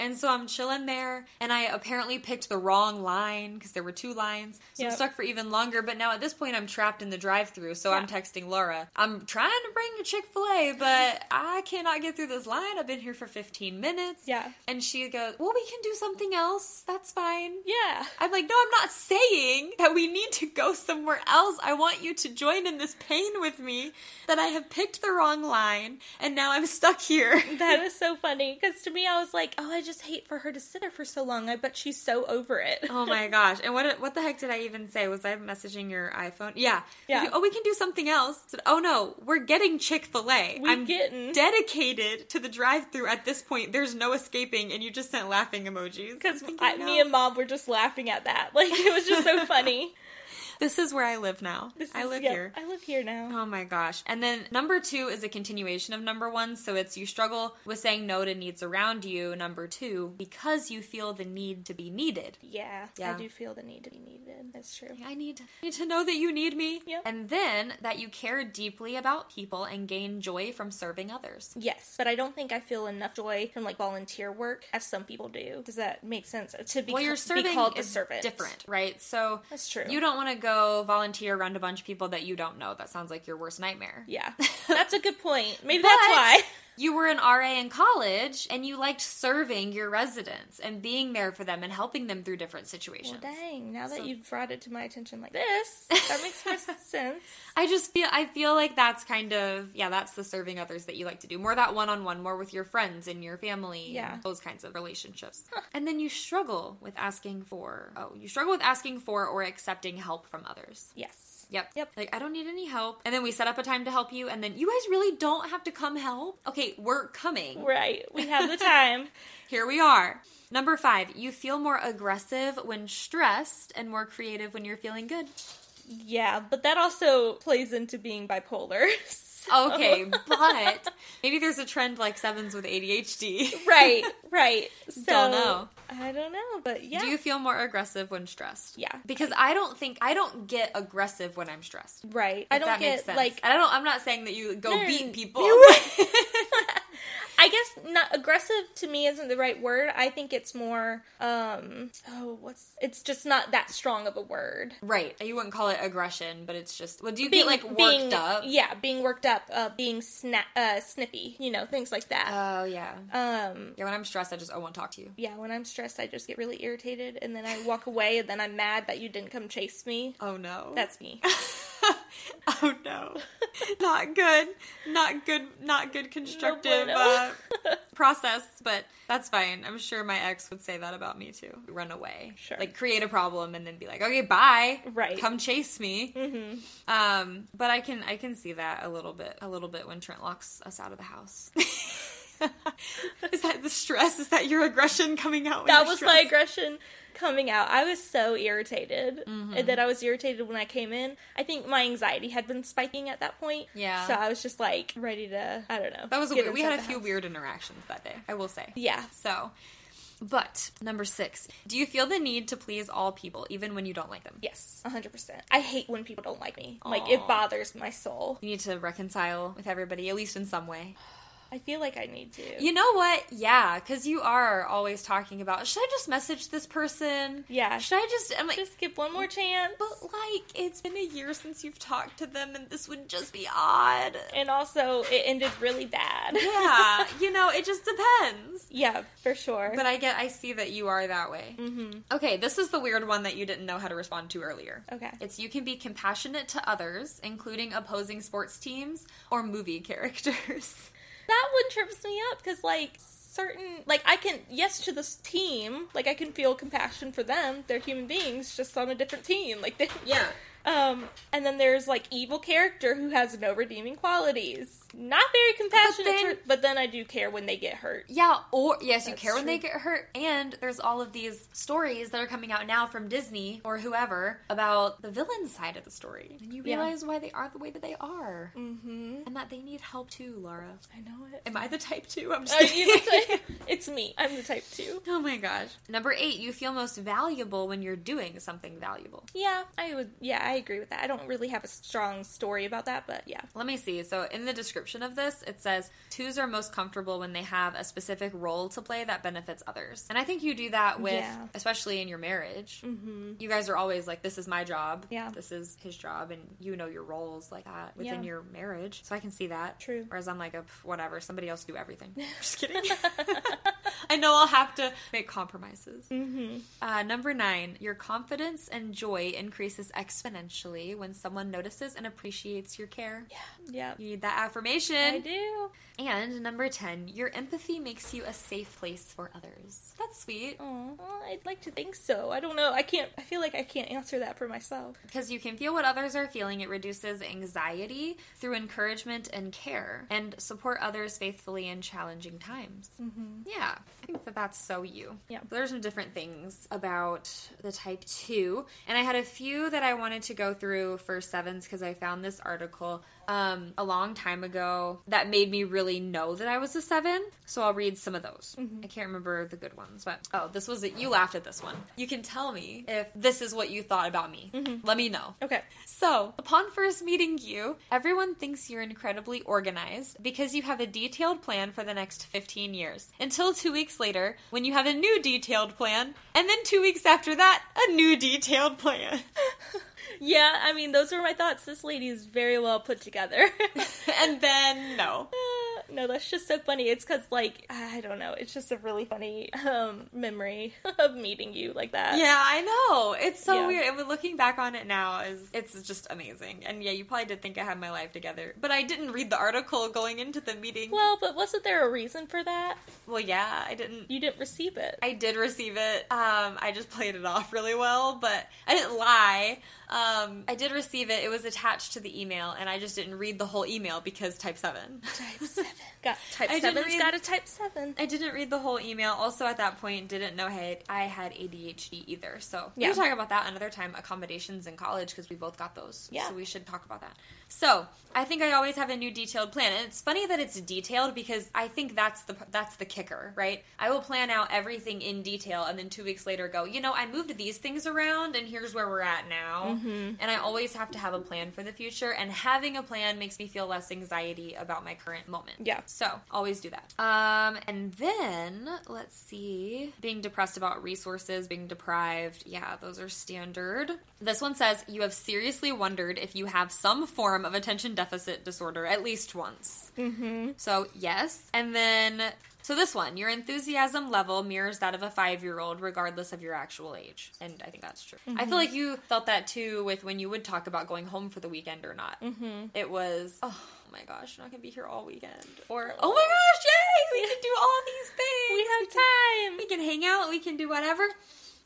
S1: And so I'm chilling there, and I apparently picked the wrong line because there were two lines. So I'm
S2: Yep.
S1: stuck for even longer. But now at this point, I'm trapped in the drive through, so I'm
S2: Yeah.
S1: texting Laura. I'm trying to bring a Chick fil A, but I cannot get through this line. I've been here for 15 minutes.
S2: Yeah.
S1: And she goes, Well, we can do something else. That's fine.
S2: yeah.
S1: I'm like, no, I'm not saying that we need to go somewhere else. I want you to join in this pain with me that I have picked the wrong line and now I'm stuck here.
S2: That is so funny because to me, I was like, oh, I just hate for her to sit there for so long. I bet she's so over it.
S1: Oh
S2: <laughs>
S1: my gosh! And what what the heck did I even say? Was I messaging your iPhone? Yeah,
S2: Yeah.
S1: You- oh, we can do something else. I said, oh no, we're getting Chick Fil A.
S2: We getting-
S1: dedicated to the drive-through at this point. There's no escaping, and you just sent laughing emojis.
S2: Because
S1: I'm thinking,
S2: me
S1: no.
S2: and mom were just laughing at that. Like, it was
S1: <laughs>
S2: just so funny.
S1: this is where I live now.
S2: This
S1: I
S2: is-
S1: live
S2: yep,
S1: here.
S2: I live here now.
S1: Oh my gosh. And then number two is a continuation of number one. So it's you struggle with saying no to needs around you. Number two, because you feel the need to be needed.
S2: Yeah,
S1: Yeah.
S2: I do feel the need to be needed. That's true.
S1: I need, need to know that you need me.
S2: Yep.
S1: And then that you care deeply about people and gain joy from serving others.
S2: Yes, but I don't think I feel enough joy from like volunteer work as some people do. Does that make sense? To be,
S1: well, your
S2: be
S1: serving
S2: called
S1: is
S2: a servant,
S1: different, right? So
S2: That's true.
S1: You don't want to go volunteer around a bunch of people that you don't know. That sounds like your worst nightmare. <laughs>
S2: Yeah, that's a good point. Maybe
S1: But
S2: that's why. <laughs>
S1: You were an RA in college and you liked serving your residents and being there for them and helping them through different
S2: Well,
S1: situations.
S2: dang! Now that
S1: So-
S2: you've brought it to my attention like this, that makes more <laughs> sense.
S1: I just feel I feel like that's kind of yeah, that's the serving others that you like to do. More that one on one, more with your friends and your family, and
S2: Yeah.
S1: those kinds of relationships. And then you struggle with asking for oh, you struggle with asking for or accepting help from others.
S2: Yes.
S1: Yep.
S2: Yep.
S1: Like I don't need any help. And then we set up a time to help you and then you guys really don't have to come help. Okay, we're coming.
S2: Right. We have the time. <laughs>
S1: Here we are. Number 5, you feel more aggressive when stressed and more creative when you're feeling good.
S2: yeah, but that also plays into being bipolar. <laughs> so-
S1: Okay, but maybe there's a trend like sevens with ADHD.
S2: <laughs> right. Right. So
S1: <laughs> Don't know.
S2: I don't know, but yeah.
S1: Do you feel more aggressive when stressed?
S2: Yeah.
S1: Because I don't think I don't get aggressive when I'm stressed. If
S2: right. I don't
S1: that
S2: get
S1: makes sense.
S2: like
S1: I don't I'm not saying that you go
S2: No, no, no,
S1: beat
S2: no.
S1: people.
S2: You're right. I guess not aggressive to me isn't the right word. I think it's more um oh what's it's just not that strong of a word.
S1: <laughs> right. You wouldn't call it aggression, but it's just well do you
S2: Being
S1: get like worked
S2: being,
S1: up?
S2: Yeah, being worked up, uh being sna- uh snippy, you know, things like that.
S1: Oh yeah.
S2: um
S1: Yeah, when I'm stressed I just I won't talk to you.
S2: yeah, when I'm stressed I just get really irritated and then I walk away and then I'm mad that you didn't come chase me.
S1: Oh no.
S2: That's me.
S1: <laughs> oh no. not good. Not good not good constructive
S2: bueno.
S1: uh, <laughs> process, but that's fine. I'm sure my ex would say that about me too. Run away.
S2: Sure.
S1: Like create a problem and then be like, "Okay, bye.
S2: Right. Mm-hmm.
S1: Come chase me." Um, but I can I can see that a little bit a little bit when Trent locks us out of the house. <laughs> Is that the stress? Is that your aggression coming out? when
S2: that
S1: you're
S2: was my
S1: stressed?
S2: aggression coming out. I was so irritated
S1: Mm-hmm.
S2: and that I was irritated when I came in. I think my anxiety had been spiking at that point.
S1: Yeah.
S2: So I was just like ready to I don't know.
S1: That was a
S2: get
S1: weird. We
S2: inside
S1: had a
S2: the
S1: few
S2: house.
S1: weird interactions that day. I will say.
S2: Yeah.
S1: So, but number six, do you feel the need to please all people, even when you don't like them?
S2: Yes, 100%. I hate when people don't like me. Like
S1: Aw.
S2: it bothers my soul.
S1: You need to reconcile with everybody, at least in some way.
S2: I feel like I need to.
S1: You know what? Yeah, because you are always talking about, should I just message this person?
S2: Yeah.
S1: Should I just? I'm like,
S2: just give one more chance.
S1: but like, it's been a year since you've talked to them, and this would just be
S2: <laughs>
S1: odd.
S2: And also it ended really bad.
S1: yeah, you know, it just depends.
S2: yeah, for sure.
S1: But I get, I see that you are that way.
S2: Mhm.
S1: Okay, this is the weird one that you didn't know how to respond to earlier.
S2: Okay.
S1: It's you can be compassionate to others, including opposing sports teams or movie <laughs> characters.
S2: that one trips me up because like certain like i can yes to this team like <laughs> i can feel compassion for them they're human beings just on a different team like they
S1: Yeah.
S2: Um, and then there's like evil character who has no redeeming qualities. Not very compassionate,
S1: But then-
S2: tur- but then I do care when they get hurt.
S1: Yeah, or yes, you
S2: That's
S1: care when
S2: true.
S1: they get hurt, and there's all of these stories that are coming out now from Disney or whoever about the villain side of the story, and you
S2: Yeah.
S1: realize why they are the way that they are,
S2: Mm-hmm.
S1: and that they need help too, Laura.
S2: I know it.
S1: Am I the type two? I'm just
S2: Are
S1: <laughs>
S2: you the
S1: kidding.
S2: type? It's me. I'm the type two.
S1: Oh my gosh. Number eight, you feel most valuable when you're doing something valuable.
S2: Yeah, I would. Yeah, I agree with that. I don't really have a strong story about that, but yeah.
S1: Let me see. So, in the description of this, it says twos are most comfortable when they have a specific role to play that benefits others. And I think you do that with,
S2: Yeah.
S1: especially in your marriage.
S2: Mm-hmm.
S1: You guys are always like, this is my job.
S2: Yeah.
S1: This is his job. And you know your roles like that within
S2: Yeah.
S1: your marriage. So, I can see that.
S2: True.
S1: Whereas I'm like, "Oh, pff, whatever, somebody else do
S2: <laughs>
S1: everything. <laughs> Just kidding. I know I'll have to make compromises.
S2: Mm-hmm.
S1: Uh, number nine, your confidence and joy increases exponentially when someone notices and appreciates your care.
S2: Yeah.
S1: You need that affirmation.
S2: I do.
S1: And number 10, your empathy makes you a safe place for others. That's sweet.
S2: Aw, I'd like to think so. I don't know. I can't. I feel like I can't answer that for myself.
S1: Because you can feel what others are feeling, it reduces anxiety through encouragement and care and support others faithfully in challenging times.
S2: Mm-hmm.
S1: Yeah, I think that that's so you.
S2: Yeah.
S1: There's some different things about the type 2, and I had a few that I wanted to go through for sevens because I found this article um, a long time ago that made me really know that I was a seven. So I'll read some of those. I can't remember the good ones, but oh, this was it. You laughed at this one. You can tell me if this is what you thought about me. Let me know.
S2: Okay.
S1: So, upon first meeting you, everyone thinks you're incredibly organized because you have a detailed plan for the next 15 years. Until two weeks later, when you have a new detailed plan, and then two weeks after that, a new detailed plan. <laughs>
S2: Yeah. I mean, those were my thoughts. This lady is very well put together.
S1: and then, no.
S2: <laughs> Uh, no, that's just so funny. It's because, like, I don't know. It's just a really funny um, memory <laughs> of meeting you like that.
S1: Yeah, I know. It's so
S2: Yeah.
S1: weird. And we're looking back on it now is it's just amazing. And yeah, you probably did think I had my life together. But I didn't read the article going into the meeting. Well,
S2: Well, but wasn't there a reason for that?
S1: yeah, I didn't
S2: You didn't receive it.
S1: I did receive it. Um, I just played it off really well, but I didn't lie. Um, I did receive it. It was attached to the email, and I just didn't read the whole email because type seven.
S2: Type seven. <laughs> Got type
S1: I didn't
S2: seven's
S1: read-
S2: got a type seven.
S1: I didn't read the whole email. Also, at that point, didn't know hey, I had ADHD either. So
S2: Yeah.
S1: we can talk about that another time. Accommodations in college because we both got those.
S2: Yeah.
S1: So we should talk about that. So I think I always have a new detailed plan, and it's funny that it's detailed because I think that's the that's the kicker, right? I will plan out everything in detail, and then two weeks later go, you know, I moved these things around, and here's where we're at now.
S2: Mm-hmm.
S1: And I always have to have a plan for the future, and having a plan makes me feel less anxiety about my current moment.
S2: Yeah.
S1: So always do that. Um, and then let's see, being depressed about resources, being deprived. Yeah, those are standard. This one says you have seriously wondered if you have some form of attention deficit disorder at least once. Mm-hmm. So yes, and then. So this one, your enthusiasm level mirrors that of a five-year-old, regardless of your actual age, and I think that's true. I feel like you felt that too with when you would talk about going home for the weekend or not. Mm-hmm. It was, oh my gosh, we're not gonna be here all weekend, or oh my gosh, yay, we can do all these things.
S2: We have time.
S1: We can hang out, we can do whatever.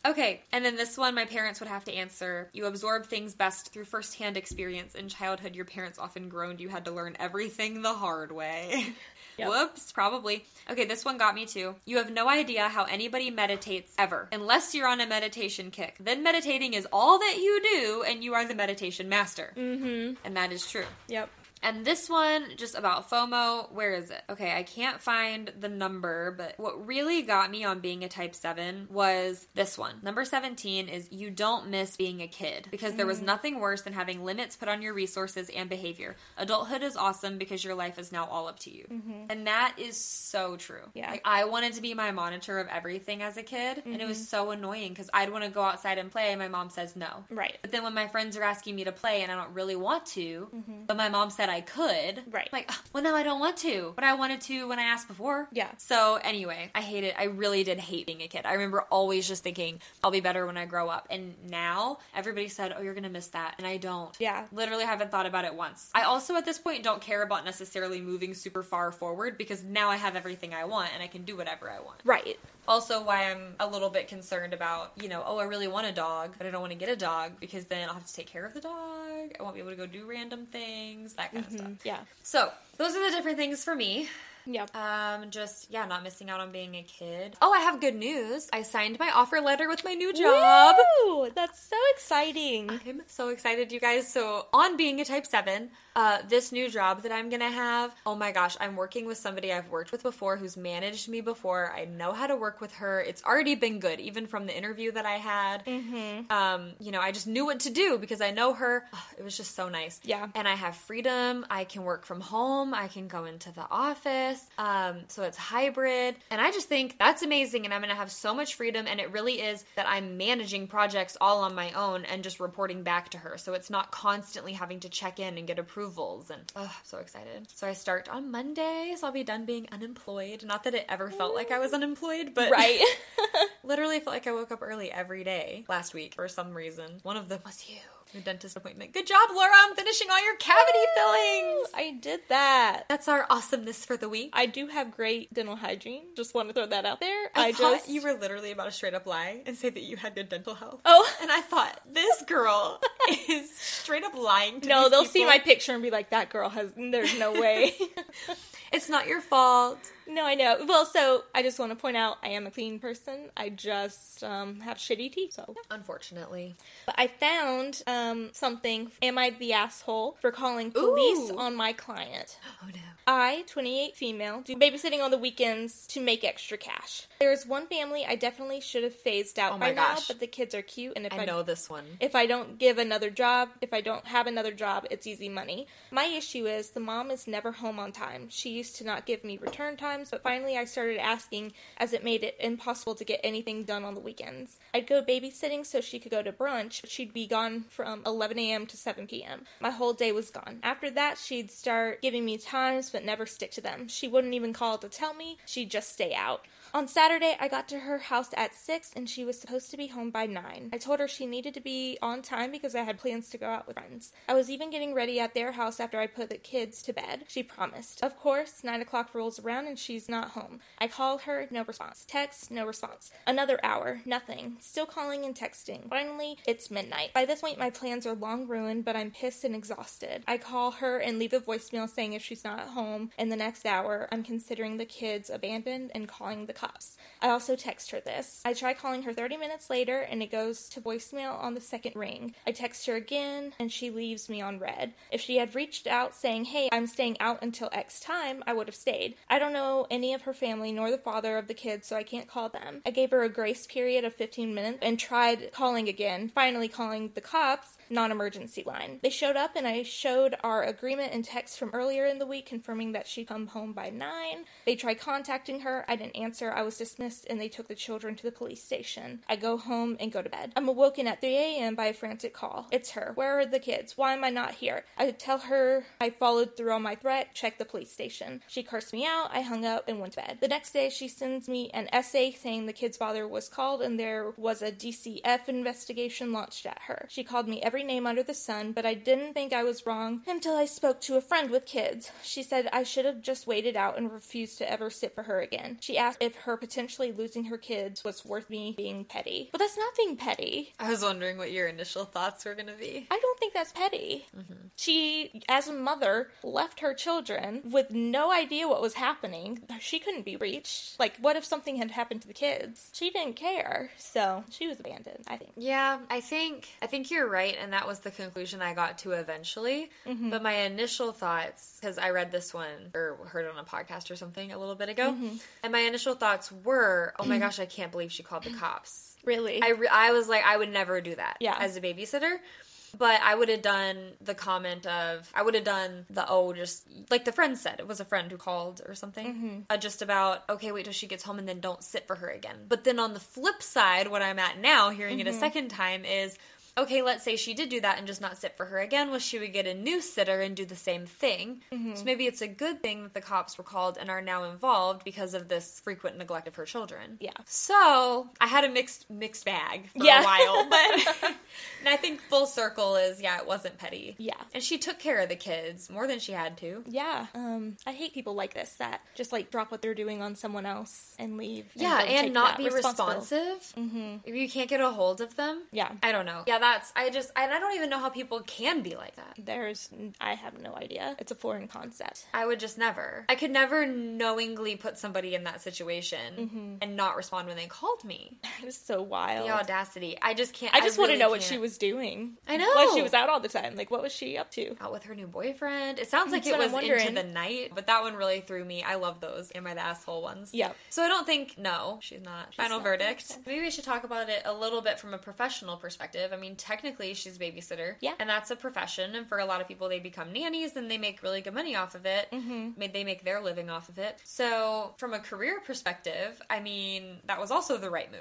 S1: Okay, and then this one my parents would have to answer. You absorb things best through firsthand experience. In childhood, your parents often groaned you had to learn everything the hard way.
S2: <laughs> Yep.
S1: Whoops, probably. Okay, this one got me too. You have no idea how anybody meditates ever, unless you're on a meditation kick. Then meditating is all that you do, and you are the meditation master.
S2: Mm-hmm.
S1: And that is true.
S2: Yep.
S1: And this one, just about FOMO, where is it? Okay, I can't find the number, but what really got me on being a type 7 was this one. Number 17 is you don't miss being a kid because there was nothing worse than having limits put on your resources and behavior. Adulthood is awesome because your life is now all up to you. And that is so true.
S2: Yeah.
S1: Like, I wanted to be my monitor of everything as a kid, and it was so annoying because I'd want to go outside and play, and my mom says no.
S2: Right.
S1: But then when my friends are asking me to play and I don't really want to, but my mom said I could,
S2: Mm-hmm. Right.
S1: Like, "Ugh, well, now I don't want to, but I wanted to when I asked before.
S2: Yeah.
S1: So anyway, I hate it. I really did hate being a kid. I remember always just thinking I'll be better when I grow up, and now everybody said, "Oh, you're gonna miss that," and I don't.
S2: Yeah.
S1: Literally haven't thought about it once. I also at this point don't care about necessarily moving super far forward because now I have everything I want and I can do whatever I want.
S2: Right.
S1: Also, why I'm a little bit concerned about, you know, oh, I really want a dog, but I don't want to get a dog because then I'll have to take care of the dog. I won't be able to go do random things, that kind of stuff.
S2: Yeah.
S1: So, those are the different things for me.
S2: Yeah.
S1: Um, just yeah, not missing out on being a kid. Oh, I have good news. I signed my offer letter with my new job.
S2: Woo! That's so exciting.
S1: I'm so excited, you guys. So, on being a type 7, uh, this new job that I'm gonna have, oh my gosh, I'm working with somebody I've worked with before who's managed me before. I know how to work with her. It's already been good, even from the interview that I had. Mm-hmm. Um, you know, I just knew what to do because I know her. Ugh, it was just so nice.
S2: Yeah.
S1: And I have freedom. I can work from home. I can go into the office. Um, so it's hybrid. And I just think that's amazing. And I'm gonna have so much freedom. And it really is that I'm managing projects all on my own and just reporting back to her. So it's not constantly having to check in and get approvals. And oh, I'm so excited. So I start on Monday. So I'll be done being unemployed. Not that it ever felt like I was unemployed,
S2: <laughs>
S1: but
S2: Right.
S1: literally felt like I woke up early every day last week for some reason. One of them was you. Your dentist appointment. Good job, Laura. I'm finishing all your cavity fillings.
S2: I did that.
S1: That's our awesomeness for the week.
S2: I do have great dental hygiene. Just want to throw that out there. I,
S1: I, thought
S2: just
S1: you were literally about to straight up lie and say that you had good dental health.
S2: Oh.
S1: <laughs> and I thought this <laughs> girl is straight up lying. To
S2: <laughs> No,
S1: these
S2: they'll see
S1: people.
S2: my picture and be like, "That girl has."
S1: <laughs>
S2: There's no way. <laughs>
S1: It's not your fault.
S2: no, I know. Well, so I just want to point out, I am a clean person. I just um, have shitty teeth. So
S1: Unfortunately,
S2: But I found um, something. Am I the asshole for calling police
S1: Ooh.
S2: on my client?
S1: oh no.
S2: I, 28 female, do babysitting on the weekends to make extra cash. There's one family I definitely should have phased out
S1: Oh my
S2: by now,
S1: gosh.
S2: but the kids are cute, and if
S1: I know this one.
S2: if I don't give another job, if I don't have another job, it's easy money. My issue is the mom is never home on time. She used to not give me return times, but finally I started asking as it made it impossible to get anything done on the weekends. I'd go babysitting so she could go to brunch, but she'd be gone from 11 a.m. to 7 p.m. My whole day was gone. After that, she'd start giving me times but never stick to them. She wouldn't even call to tell me, she'd just stay out. On Saturday, I got to her house at 6 and she was supposed to be home by 9. I told her she needed to be on time because I had plans to go out with friends. I was even getting ready at their house after I put the kids to bed. She promised. Of course, 9 o'clock rolls around and she's not home. I call her, no response. Text, no response. Another hour, nothing. Still calling and texting. Finally, it's midnight. By this point, my plans are long ruined, but I'm pissed and exhausted. I call her and leave a voicemail saying if she's not home in the next hour, I'm considering the kids abandoned and calling the cops. I also text her this. I try calling her 30 minutes later and it goes to voicemail on the second ring. I text her again and she leaves me on red. If she had reached out saying, hey, I'm staying out until X time, I would have stayed. I don't know any of her family nor the father of the kids, so I can't call them. I gave her a grace period of 15 minutes and tried calling again, finally calling the cops, non emergency line. They showed up and I showed our agreement and text from earlier in the week confirming that she'd come home by 9. They tried contacting her. I didn't answer. I was dismissed and they took the children to the police station. I go home and go to bed. I'm awoken at 3 a.m. by a frantic call. It's her. Where are the kids? Why am I not here? I tell her I followed through on my threat, checked the police station. She cursed me out. I hung up and went to bed. The next day, she sends me an essay saying the kid's father was called and there was a DCF investigation launched at her. She called me every name under the sun, but I didn't think I was wrong until I spoke to a friend with kids. She said I should have just waited out and refused to ever sit for her again. She asked if her potentially losing her kids was worth me being petty. But that's not being petty.
S1: I was wondering what your initial thoughts were gonna be.
S2: I don't think that's petty. She, as a mother, left her children with no idea what was happening. She couldn't be reached. Like, what if something had happened to the kids? She didn't care, so she was abandoned, I think.
S1: Yeah, I think I think you're right, and that was the conclusion I got to eventually. But my initial thoughts, because I read this one or heard it on a podcast or something a little bit ago, and my initial thoughts were, "Oh my gosh, I can't believe she called the cops."
S2: Really?
S1: I re- I was like, I would never do that
S2: Yeah.
S1: as a babysitter. But I would have done the comment of I would have done the oh just like the friend said it was a friend who called or something
S2: Mm-hmm.
S1: uh, just about okay wait till she gets home and
S2: Mm-hmm.
S1: then don't sit for her again. But then on the flip side, what I'm at now, hearing it a second time is okay, let's say she did do that and just not sit for her again, was she would get a new sitter and do the same thing.
S2: Mm-hmm.
S1: So maybe it's a good thing that the cops were called and are now involved because of this frequent neglect of her children.
S2: Yeah.
S1: So I had a mixed mixed bag for
S2: Yeah.
S1: a
S2: <laughs>
S1: while, but and I think full circle is yeah, it wasn't petty.
S2: Yeah.
S1: And she took care of the kids more than she had to.
S2: Yeah. Um, I hate people like this that just like drop what they're doing on someone else and leave.
S1: Yeah,
S2: don't
S1: and
S2: take
S1: not
S2: that
S1: be
S2: responsibil-
S1: responsive. Mm-hmm. If you can't get a hold of them.
S2: Yeah.
S1: I don't know. Yeah, that's I just and I don't even know how people can be like that.
S2: There's, I have no idea. It's a foreign concept. <laughs>
S1: I would just never. I could never knowingly put somebody in that situation and not respond when they called me.
S2: It is so wild.
S1: The audacity. I just can't.
S2: I just want to
S1: really
S2: know what
S1: can't.
S2: she was doing.
S1: I
S2: Why
S1: know.
S2: she was out all the time. Like, what was she up to?
S1: out with her new boyfriend. It sounds like
S2: That's
S1: it
S2: what
S1: was
S2: I'm wondering.
S1: into the night, but that one really threw me. I love those. Am I the asshole ones?
S2: Yep.
S1: So I don't think no, she's not. Final
S2: not.
S1: verdict. Maybe we should talk about it a little bit from a professional perspective. I mean, technically she's a babysitter.
S2: Yeah.
S1: And that's a profession, and for a lot of people they become nannies and they make really good money off of it. Mm-hmm. They make their living off of it. So from a career perspective, I mean, that was also the right move.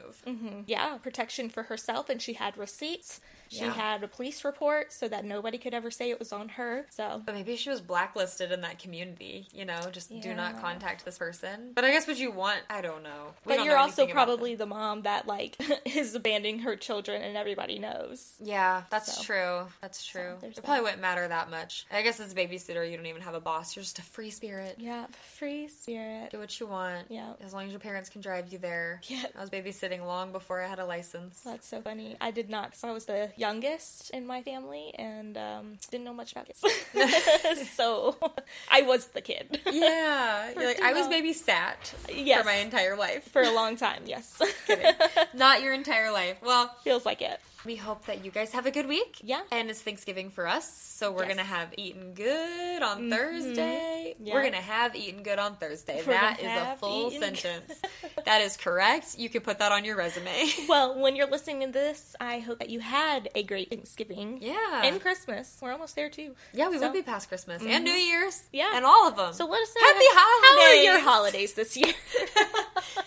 S2: Yeah, protection for herself, and she had receipts. She
S1: Yeah.
S2: had a police report so that nobody could ever say it was on her. So
S1: But maybe she was blacklisted in that community, you know, just do
S2: Yeah.
S1: not contact this person. But I guess would you want? I don't know. We
S2: but
S1: don't
S2: you're
S1: know
S2: also
S1: anything about
S2: probably the mom that like <laughs> is abandoning her children and everybody knows
S1: them. Yeah, that's
S2: So.
S1: true. That's true.
S2: there's
S1: it probably
S2: that.
S1: wouldn't matter that much. I guess as a babysitter, you don't even have a boss. You're just a free spirit.
S2: yeah free spirit
S1: Do what you want.
S2: Yeah.
S1: As long as your parents can drive you there.
S2: Yeah.
S1: I was babysitting long before I had a license.
S2: that's so funny i did not because i was the youngest in my family and um, didn't know much about kids <laughs> so i was the kid
S1: <laughs> yeah. You're like,
S2: too
S1: I was
S2: long.
S1: babysat
S2: <laughs> Yes.
S1: for my entire life.
S2: for a long time
S1: <laughs>
S2: yes
S1: Not your entire life. Well,
S2: <laughs> feels like it
S1: We hope that you guys have a good week.
S2: Yeah.
S1: And it's Thanksgiving for us, so we're
S2: Yes. Mm-hmm.
S1: gonna have eaten good on Thursday.
S2: Yeah.
S1: We're gonna have eaten good on Thursday.
S2: We're
S1: that is
S2: gonna
S1: a
S2: have
S1: full
S2: eaten good.
S1: sentence.
S2: <laughs>
S1: that is correct. You can put that on your resume.
S2: well when you're listening to this i hope that you had a great thanksgiving
S1: <laughs> Yeah.
S2: and christmas we're almost there too
S1: yeah, we
S2: So- Mm-hmm.
S1: will be past Christmas and New Year's.
S2: Yeah.
S1: and all of them.
S2: so <laughs> let us know
S1: Happy holidays.
S2: how are your holidays this year
S1: <laughs>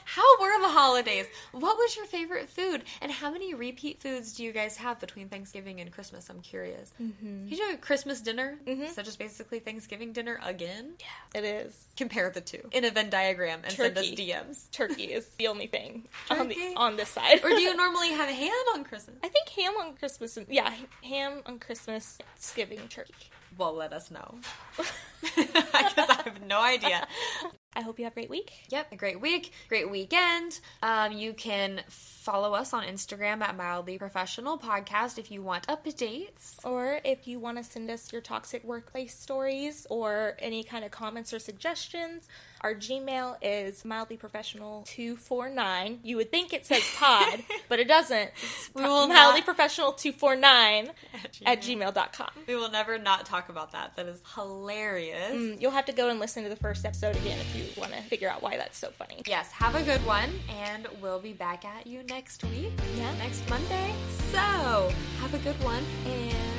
S1: How were the holidays? What was your favorite food? And how many repeat foods do you guys have between Thanksgiving and Christmas? I'm curious. Mm-hmm. You do a Christmas dinner,
S2: Mm-hmm.
S1: so just basically Thanksgiving dinner again.
S2: it is
S1: compare the two in a Venn diagram and
S2: Turkey.
S1: send us DMs.
S2: turkey is the only thing on the
S1: Turkey?
S2: on this side.
S1: Or do you normally have ham on Christmas?
S2: <laughs> I think ham on Christmas. and- Yeah, ham on Christmas, Thanksgiving, turkey.
S1: Well, let us know. <laughs> Because <laughs> I have no idea.
S2: <laughs> I hope you have a great week.
S1: <laughs> Yep, a great week, great weekend. Um, you can follow us on Instagram at Mildly Professional Podcast if you want updates.
S2: Or if you want to send us your toxic workplace stories or any kind of comments or suggestions, our Gmail is mildlyprofessional249. You would think it says pod,
S1: <laughs>
S2: but it doesn't. It's
S1: We will not-
S2: mildlyprofessional249 at gmail.com.
S1: We will never not talk about that. That is hilarious.
S2: Mm, You'll have to go and listen to the first episode again if you want to figure out why that's so funny.
S1: Yes, have a good one, and we'll be back at you next week,
S2: Yeah.
S1: next Monday. So, have a good one, and